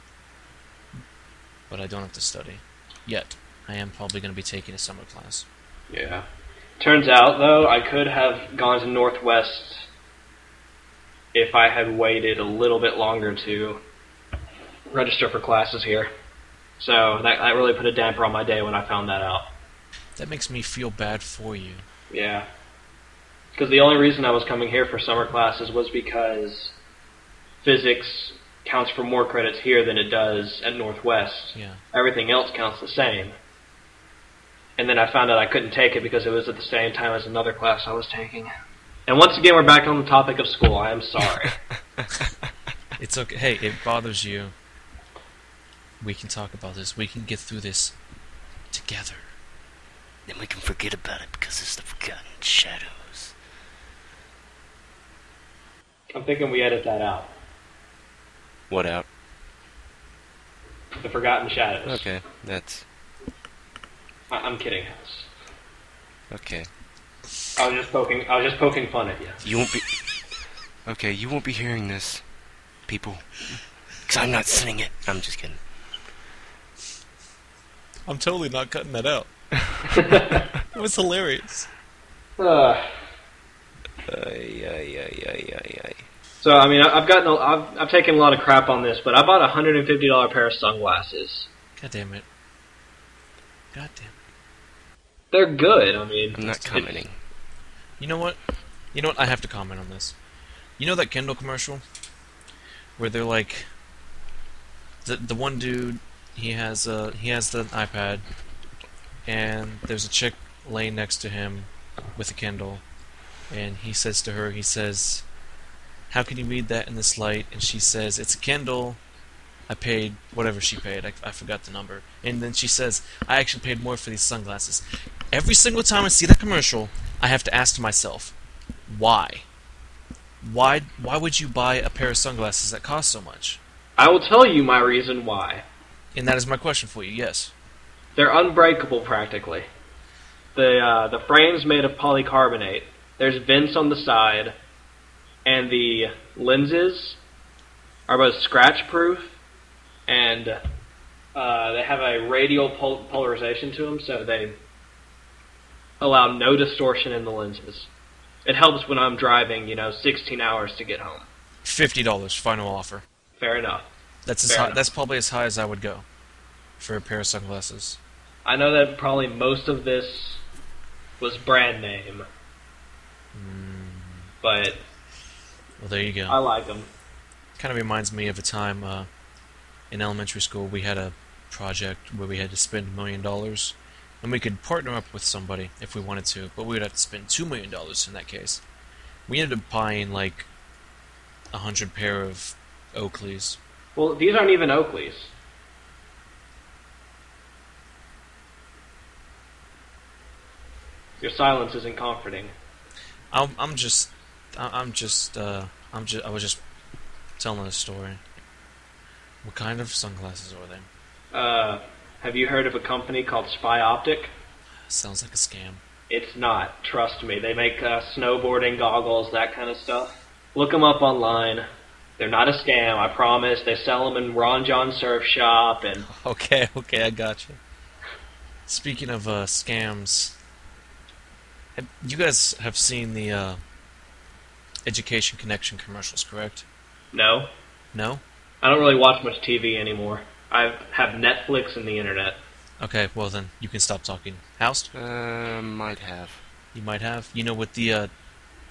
But I don't have to study yet. I am probably going to be taking a summer class.
Yeah. Turns out, though, I could have gone to Northwest if I had waited a little bit longer to register for classes here. So that, that really put a damper on my day when I found that out.
That makes me feel bad for you.
Yeah. Because the only reason I was coming here for summer classes was because physics counts for more credits here than it does at Northwest.
Yeah.
everything else counts the same. And then I found out I couldn't take it because it was at the same time as another class I was taking. And once again, we're back on the topic of school. I am sorry.
It's okay. Hey, it bothers you. We can talk about this. We can get through this together.
Then we can forget about it because it's the forgotten shadows.
I'm thinking we edit that out.
What out?
The Forgotten Shadows.
Okay, that's
I- I'm kidding.
okay.
I was just poking. I was just poking fun at you.
You won't be. Okay, you won't be hearing this, people. Because I'm not sending it. I'm just kidding.
I'm totally not cutting that out. That was hilarious.
Ugh.
Ay, ay, ay, ay, ay, ay.
so I mean, I- I've gotten. A, I've I've taken a lot of crap on this, but I bought a hundred and fifty dollar pair of sunglasses.
God damn it. God damn it.
They're good. I mean,
I'm not commenting.
You know what? You know what? I have to comment on this. You know that Kendall commercial where they're like, the the one dude he has a he has the iPad, and there's a chick laying next to him with a Kindle, and he says to her, he says, "How can you read that in this light?" And she says, "It's a Kindle." I paid whatever she paid. I, I forgot the number. And then she says, "I actually paid more for these sunglasses." Every single time I see that commercial, I have to ask myself, why? Why? Why would you buy a pair of sunglasses that cost so much?
I will tell you my reason why.
And that is my question for you. Yes.
They're unbreakable practically. The uh, the frame's made of polycarbonate. There's vents on the side, and the lenses are both scratch proof, and uh, they have a radial pol- polarization to them, so they allow no distortion in the lenses. It helps when I'm driving, you know, 16 hours to get home.
Fifty dollars final offer.
Fair enough.
That's as
Fair
high,
enough.
that's probably as high as I would go for a pair of sunglasses.
I know that probably most of this was brand name, but
Well, there you go.
I like them.
kind of reminds me of a time uh, in elementary school we had a project where we had to spend a million dollars and we could partner up with somebody if we wanted to but we would have to spend two million dollars in that case we ended up buying like a hundred pair of oakleys
Well, these aren't even Oakleys. Your silence isn't comforting.
i'm, I'm just I- i'm just uh, i'm just i was just telling a story what kind of sunglasses are they
Uh, have you heard of a company called Spy Optic?
sounds like a scam
It's not. Trust me. They make uh, snowboarding goggles, that kind of stuff. Look them up online. They're not a scam, I promise. They sell them in Ron John Surf Shop and
Okay, okay, I gotcha. Speaking of uh, scams, have, you guys have seen the uh, Education Connection commercials, correct?
no.
No?
I don't really watch much TV anymore. I have Netflix and the internet.
Okay, well then, you can stop talking. Housed?
Uh, might have.
You might have. You know, with the uh,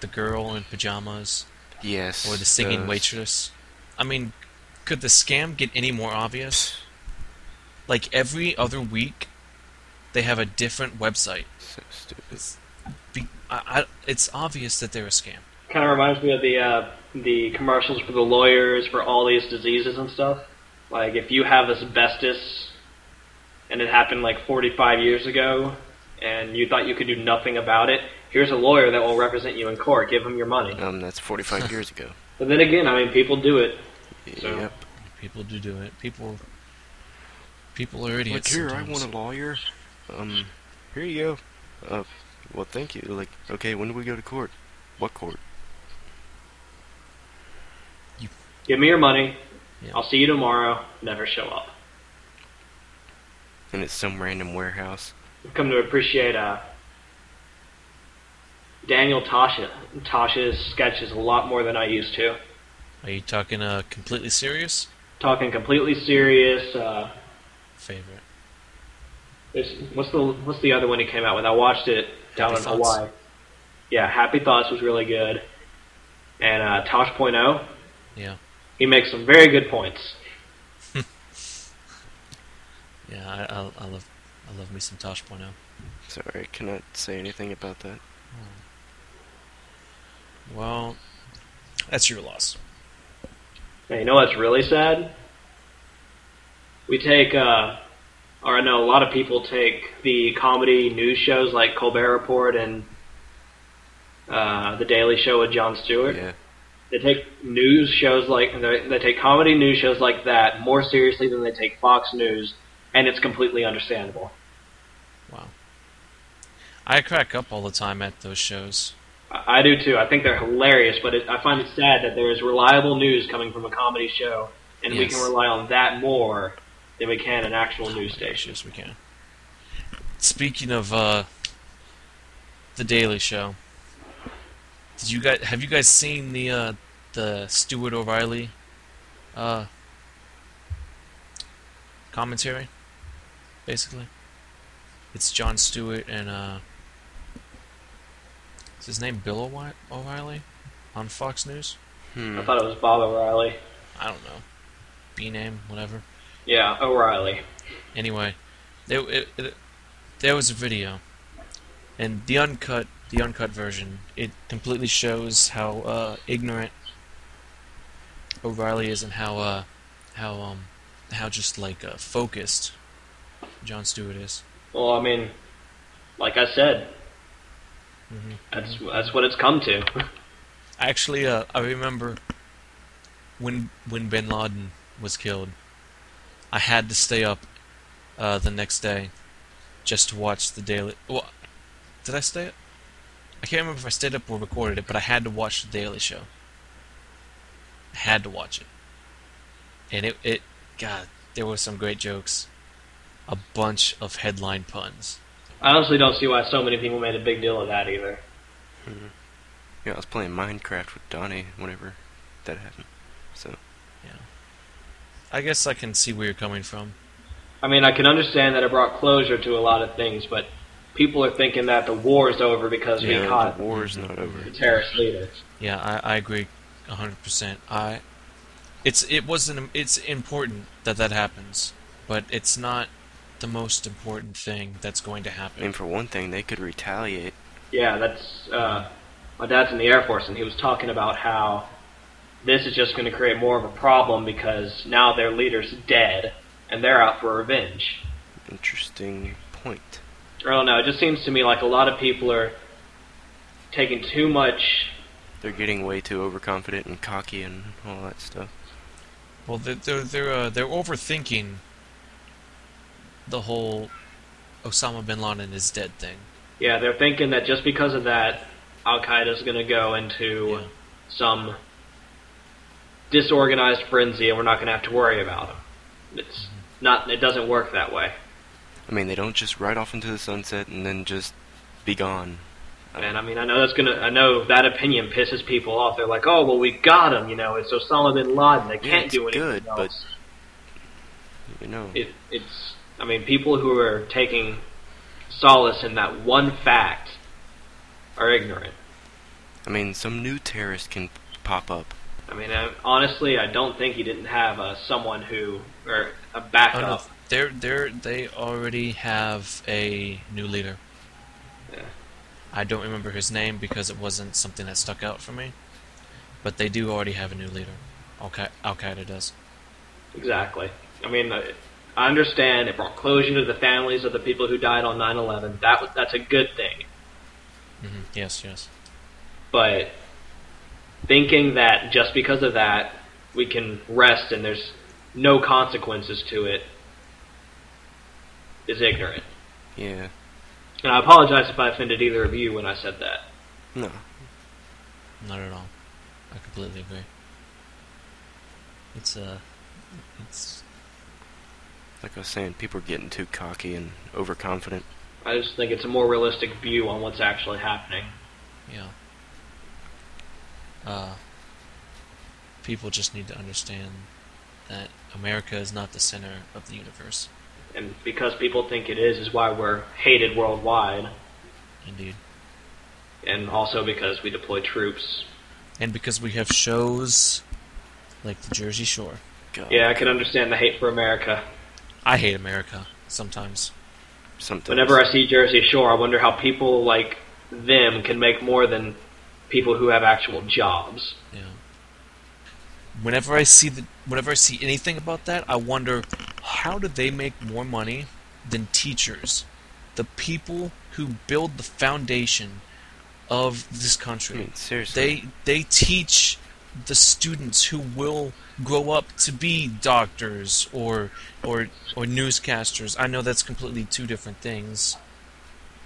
the girl in pajamas
Yes. Uh,
or the singing
those.
waitress. I mean, could the scam get any more obvious? Like every other week, they have a different website.
So stupid.
It's, be, I, I, it's obvious that they're a scam.
Kind of reminds me of the uh, the commercials for the lawyers for all these diseases and stuff. Like if you have asbestos, and it happened like 45 years ago, and you thought you could do nothing about it, here's a lawyer that will represent you in court. Give him your money.
Um, that's 45 years ago.
But then again, I mean, people do it. So-
Yep.
People do do it. People, people are
Like
idiots.
here, I
sometimes.
want a lawyer. Um, here you go. Uh, well, thank you. Like, okay, when do we go to court? What court?
Give me your money.
Yeah.
I'll see you tomorrow. Never show up.
And it's some random warehouse.
I've come to appreciate uh, Daniel Tasha. Tasha's sketches a lot more than I used to.
Are you talking uh, completely serious?
Talking completely serious. Uh,
Favorite.
there's, what's the what's the other one he came out with? I watched it down
Happy
in
Thoughts?
Hawaii. Yeah, Happy Thoughts was really good. And uh, Tosh.0,
Yeah,
he makes some very good points.
yeah. I, I, I love, I love me some Tosh Point
Sorry, I cannot say anything about that.
Well, that's your loss.
Now, you know what's really sad? We take, uh, or I know a lot of people take the comedy news shows like Colbert Report and uh, The Daily Show with Jon Stewart.
Yeah.
They take news shows like they they take comedy news shows like that more seriously than they take Fox News, and it's completely understandable.
Wow. I crack up all the time at those shows.
I I do too. I think they're hilarious, but it, I find it sad that there is reliable news coming from a comedy show, and we
Yes.
can rely on that more than we can an actual news station.
Yes, we can. Speaking of uh, the Daily Show, did you guys have you guys seen the uh, the Stuart O'Reilly uh, commentary? Basically, it's John Stewart and uh, is his name Bill O'Wi- O'Reilly on Fox News.
Hmm.
I thought it was Bob O'Reilly.
I don't know, B name, whatever.
Yeah, O'Reilly.
anyway, there it, it, there was a video, and the uncut the uncut version it completely shows how uh, ignorant O'Reilly is and how uh, how um how just like uh, focused John Stewart is.
Well, I mean, like I said,
Mhm.
that's that's what it's come to.
Actually, uh, I remember when when Bin Laden was killed, I had to stay up uh, the next day just to watch the daily. Well, did I stay up? I can't remember if I stayed up or recorded it, but I had to watch the Daily Show. I had to watch it, and it it God, there were some great jokes, a bunch of headline puns.
I honestly don't see why so many people made a big deal of that either.
Yeah, I was playing Minecraft with Donnie whenever that happened. So,
I guess I can see where you're coming from.
I mean, I can understand that it brought closure to a lot of things, but people are thinking that the war is over because
yeah,
we
the
caught
war is not over.
the terrorist leader.
Yeah, I, I agree, hundred percent. I, it's it wasn't it's important that that happens, but it's not the most important thing that's going to
I
happen.
mean, for one thing, they could retaliate.
Yeah, that's uh, my dad's in the Air Force, and he was talking about how this is just going to create more of a problem because now their leader's dead and they're out for revenge.
Interesting point.
I don't know. Oh, It just seems to me like a lot of people are taking too much.
They're getting way too overconfident and cocky and all that stuff.
Well, they're they're they're, uh, they're overthinking the whole Osama bin Laden is dead thing.
Yeah, they're thinking that just because of that, Al Qaeda's going to go into
Yeah.
some disorganized frenzy, and we're not going to have to worry about them. It's
Mm-hmm.
not. It doesn't work that way.
I mean, they don't just ride off into the sunset and then just be gone.
And I mean, I know that's gonna. I know that opinion pisses people off. They're like, "Oh, well, we got him." You know, it's Osama bin Laden. They
Yeah,
can't
it's
do anything
good, but-
else.
You know.
it, it's I mean people who are taking solace in that one fact are ignorant.
I mean, some new terrorist can pop up.
I mean, I, honestly, I don't think he didn't have uh, someone who or a
Oh, no,
backup.
they're, they're, they already have a new leader.
Yeah.
I don't remember his name because it wasn't something that stuck out for me. But they do already have a new leader. Al Qaeda does.
Exactly. I mean, I I understand it brought closure to the families of the people who died on 9/11. That was- that's a good thing.
hmm Yes, yes.
But thinking that just because of that we can rest and there's no consequences to it is ignorant.
Yeah.
And I apologize if I offended either of you when I said that.
No.
Not at all. I completely agree. It's uh, it's
Like I was saying, people are getting too cocky and overconfident.
I just think it's a more realistic view on what's actually happening.
yeah. Uh, people just need to understand that America is not the center of the universe.
And because people think it is, is why we're hated worldwide.
Indeed.
And also because we deploy troops.
And because we have shows like the Jersey Shore.
God.
Yeah, I can understand the hate for America.
I hate America sometimes.
Sometimes.
Whenever I see Jersey Shore, I wonder how people like them can make more than people who have actual jobs.
Yeah. Whenever I see the whenever I see anything about that, I wonder how do they make more money than teachers, the people who build the foundation of this
I
country.
mean, seriously.
They they teach the students who will grow up to be doctors or or or newscasters. I know that's completely two different things,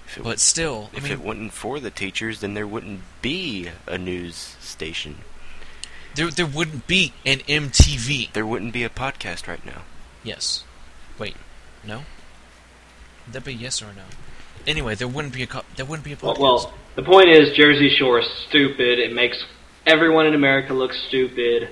If it,
but still, I
if
mean,
it wasn't for the teachers, then there wouldn't be a news station.
there there wouldn't be an MTV.
There wouldn't be a podcast right now.
Yes. Wait. No. Would that be yes or no? Anyway, there wouldn't be a co- there wouldn't be a
Well,
podcast.
well, the point is Jersey Shore is stupid. It makes everyone in America look stupid,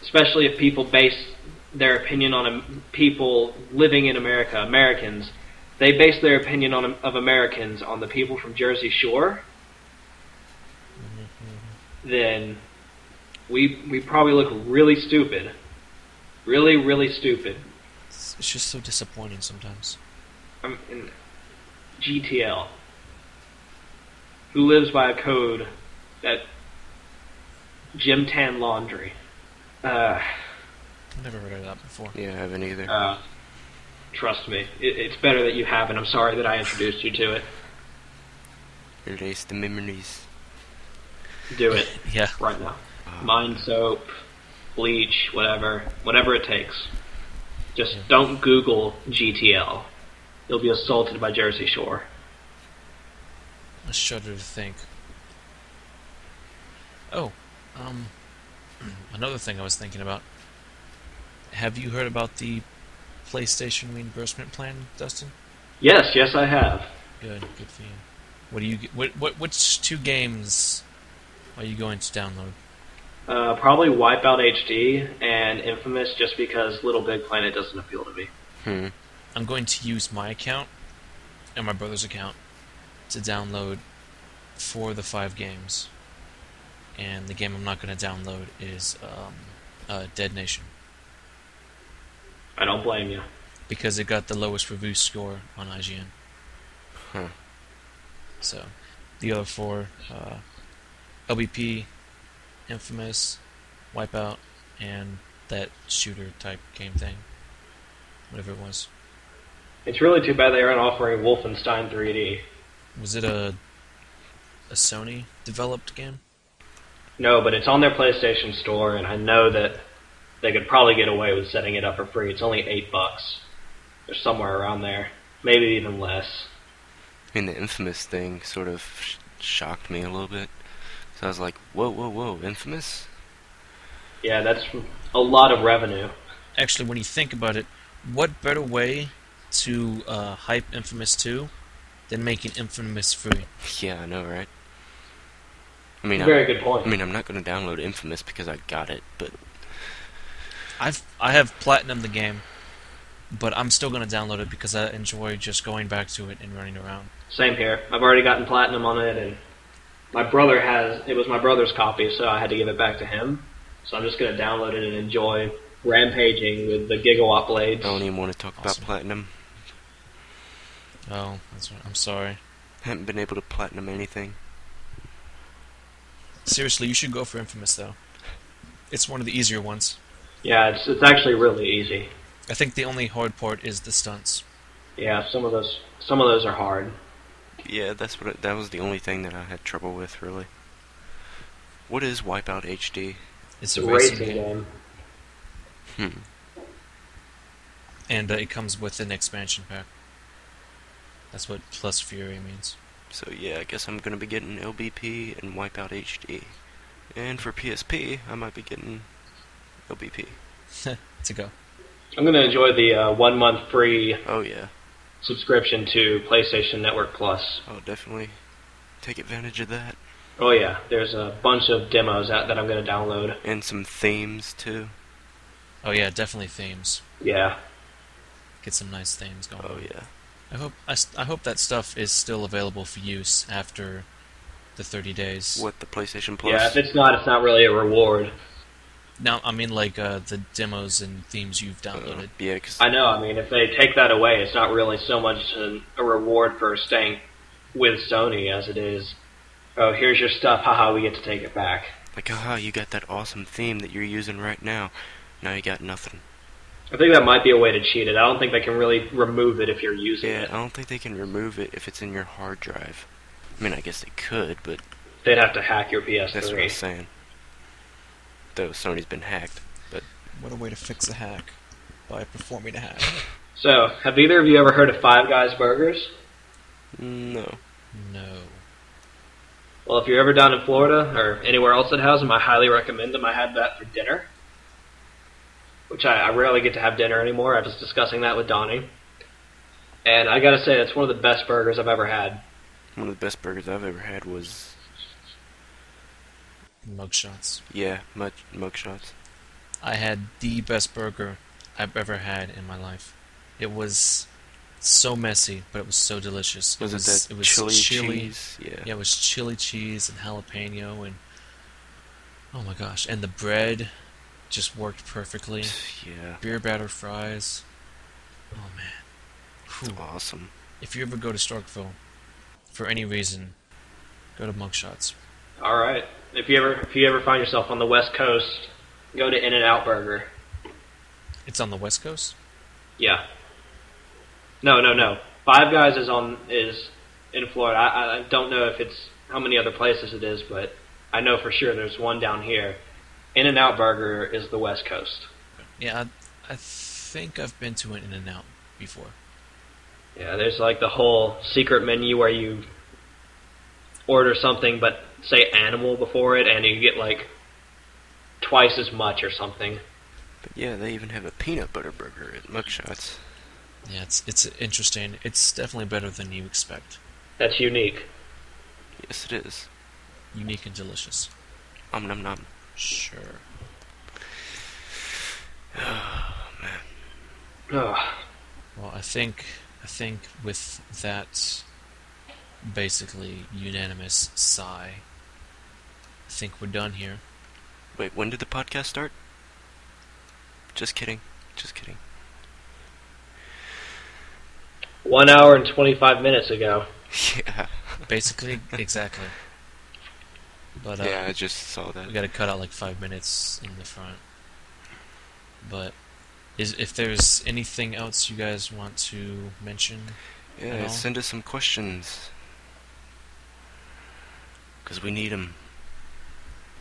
especially if people base their opinion on um, people living in America, Americans. They base their opinion on of Americans on the people from Jersey Shore. Then we we probably look really stupid, really really stupid.
it's, it's just so disappointing sometimes.
I'm um, in GTL, who lives by a code that Jim Tan Laundry. Uh,
I've never heard of that before.
Yeah, I haven't either.
uh, trust me, it, it's better that you haven't. I'm sorry that I introduced you to it.
Erase the memories.
Do it
Yeah.
right now. Mind soap, bleach, whatever, whatever it takes. Just don't Google GTL. You'll be assaulted by Jersey Shore.
I shudder to think. Oh, um, another thing I was thinking about. Have you heard about the PlayStation reimbursement plan, Dustin?
Yes, yes, I have.
Good, good for you. What do you? g- What, what which two games are you going to download?
Uh, probably Wipeout HD and Infamous, just because Little Big Planet doesn't appeal to me.
Hmm.
I'm going to use my account and my brother's account to download four of the five games. And the game I'm not going to download is um, uh, Dead Nation
I don't blame you.
because it got the lowest review score on IGN.
Huh.
So the other four uh, LBP, Infamous, Wipeout, and that shooter type game thing. Whatever it was.
It's really too bad they aren't offering Wolfenstein 3D.
Was it a a Sony developed game?
No, but it's on their PlayStation Store, and I know that they could probably get away with setting it up for free. It's only eight bucks, or somewhere around there, maybe even less.
I mean, the infamous thing sort of sh- shocked me a little bit. So I was like, whoa, whoa, whoa, infamous?
Yeah, that's a lot of revenue.
Actually, when you think about it, what better way to uh, hype Infamous 2 than making Infamous free?
Yeah, I know, right? I mean,
Very
I,
good point.
I mean, I'm not going to download Infamous because I got it, but
I've I have platinum the game, but I'm still gonna download it because I enjoy just going back to it and running around.
Same here. I've already gotten platinum on it, and my brother has it was my brother's copy, so I had to give it back to him. So I'm just gonna download it and enjoy rampaging with the gigawatt blades.
I don't even want to talk
Awesome.
about platinum.
Oh, that's right. I'm sorry.
Haven't been able to platinum anything.
Seriously, you should go for Infamous though. It's one of the easier ones.
Yeah, it's it's actually really easy.
I think the only hard part is the stunts.
Yeah, some of those some of those are hard.
Yeah, that's what. It, that was the only thing that I had trouble with, really. What is Wipeout HD?
It's
It's
a
a
racing,
racing
game,
game.
Hmm.
and uh, it comes with an expansion pack. That's what Plus Fury means.
So yeah, I guess I'm gonna be getting LBP and Wipeout HD, and for PSP, I might be getting LBP.
To go.
I'm gonna enjoy the uh, one month free
Oh yeah,
subscription to PlayStation Network Plus.
I'll definitely take advantage of that,
Oh yeah, there's a bunch of demos out that I'm gonna download.
and some themes too.
Oh yeah, definitely themes.
Yeah,
Get some nice themes going.
Oh yeah,
I hope I, s- I hope that stuff is still available for use after the 30 days.
what the PlayStation Plus?
yeah. If it's not, it's not really a reward.
Now I mean like uh, the demos and themes you've
uh,
downloaded.
yeah, 'cause-
I know. I mean, if they take that away, it's not really so much an, a reward for staying with Sony as it is. Oh, here's your stuff. Haha, we get to take it back.
like haha, you got that awesome theme that you're using right now. Now you got nothing.
I think that might be a way to cheat it. I don't think they can really remove it if you're using
Yeah,
it.
I don't think they can remove it if it's in your hard drive. I mean, I guess they could, but
They'd have to hack your
that's what I'm
PS3.
saying. Though Sony's been hacked.
What a way to fix a hack by performing a hack.
So, have either of you ever heard of Five Guys Burgers?
No.
No.
Well, if you're ever down in Florida or anywhere else that has them, I highly recommend them. I had that for dinner, which I, I rarely get to have dinner anymore. I was discussing that with Donnie. And I gotta say, it's one of the best burgers I've ever had.
One of the best burgers I've ever had was
Mugshots.
yeah, mug mugshots.
I had the best burger I've ever had in my life. It was so messy, but it was so delicious.
Was it
was,
that chili, cheese? Yeah.
Yeah, it was chili cheese and jalapeno and oh my gosh, and the bread just worked perfectly.
Yeah.
Beer batter fries. Oh man. Whew.
Awesome.
If you ever go to Starkville for any reason, go to Mugshots.
All right, if you ever if you ever find yourself on the West Coast, go to In and Out Burger.
It's on the West Coast.
Yeah. No, no, no. Five Guys is on is in Florida. I, I don't know if it's how many other places it is, but I know for sure there's one down here. In and Out Burger is the West Coast.
Yeah, I, I think I've been to an In and Out before.
Yeah, there's like the whole secret menu where you order something but say animal before it, and you get like twice as much or something.
But yeah, they even have a peanut butter burger at mugshots.
Yeah, it's it's interesting. It's definitely better than you expect.
That's unique.
Yes it is.
Unique and delicious.
Om nom nom.
Sure.
Ugh.
Well, I think I think with that basically unanimous sigh, I think we're done here.
Wait, when did the podcast start? Just kidding. Just kidding.
One hour and twenty five minutes ago.
yeah.
Basically, exactly. But uh,
Yeah, I just saw
we
that.
got to cut out like five minutes in the front. But is if there's anything else you guys want to mention,
Yeah,
No.
send us some questions. Because we need them.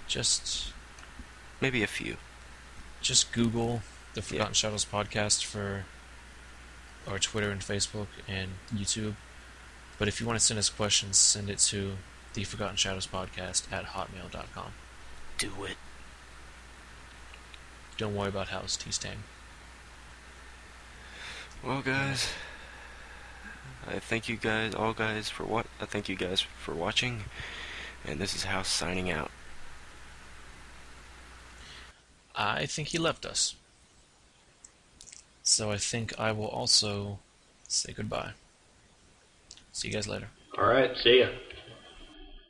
just
Maybe a few.
just Google the Forgotten Shadows podcast for our Twitter and Facebook and YouTube. But if you want to send us questions, send it to the Forgotten Shadows podcast at hotmail.com.
Do it.
Don't worry about House T Stang.
Well, guys, I thank you guys, all guys, for what I thank you guys for watching, and this is House signing out.
I think he left us. So I think I will also say goodbye. See you guys later.
All right, see ya.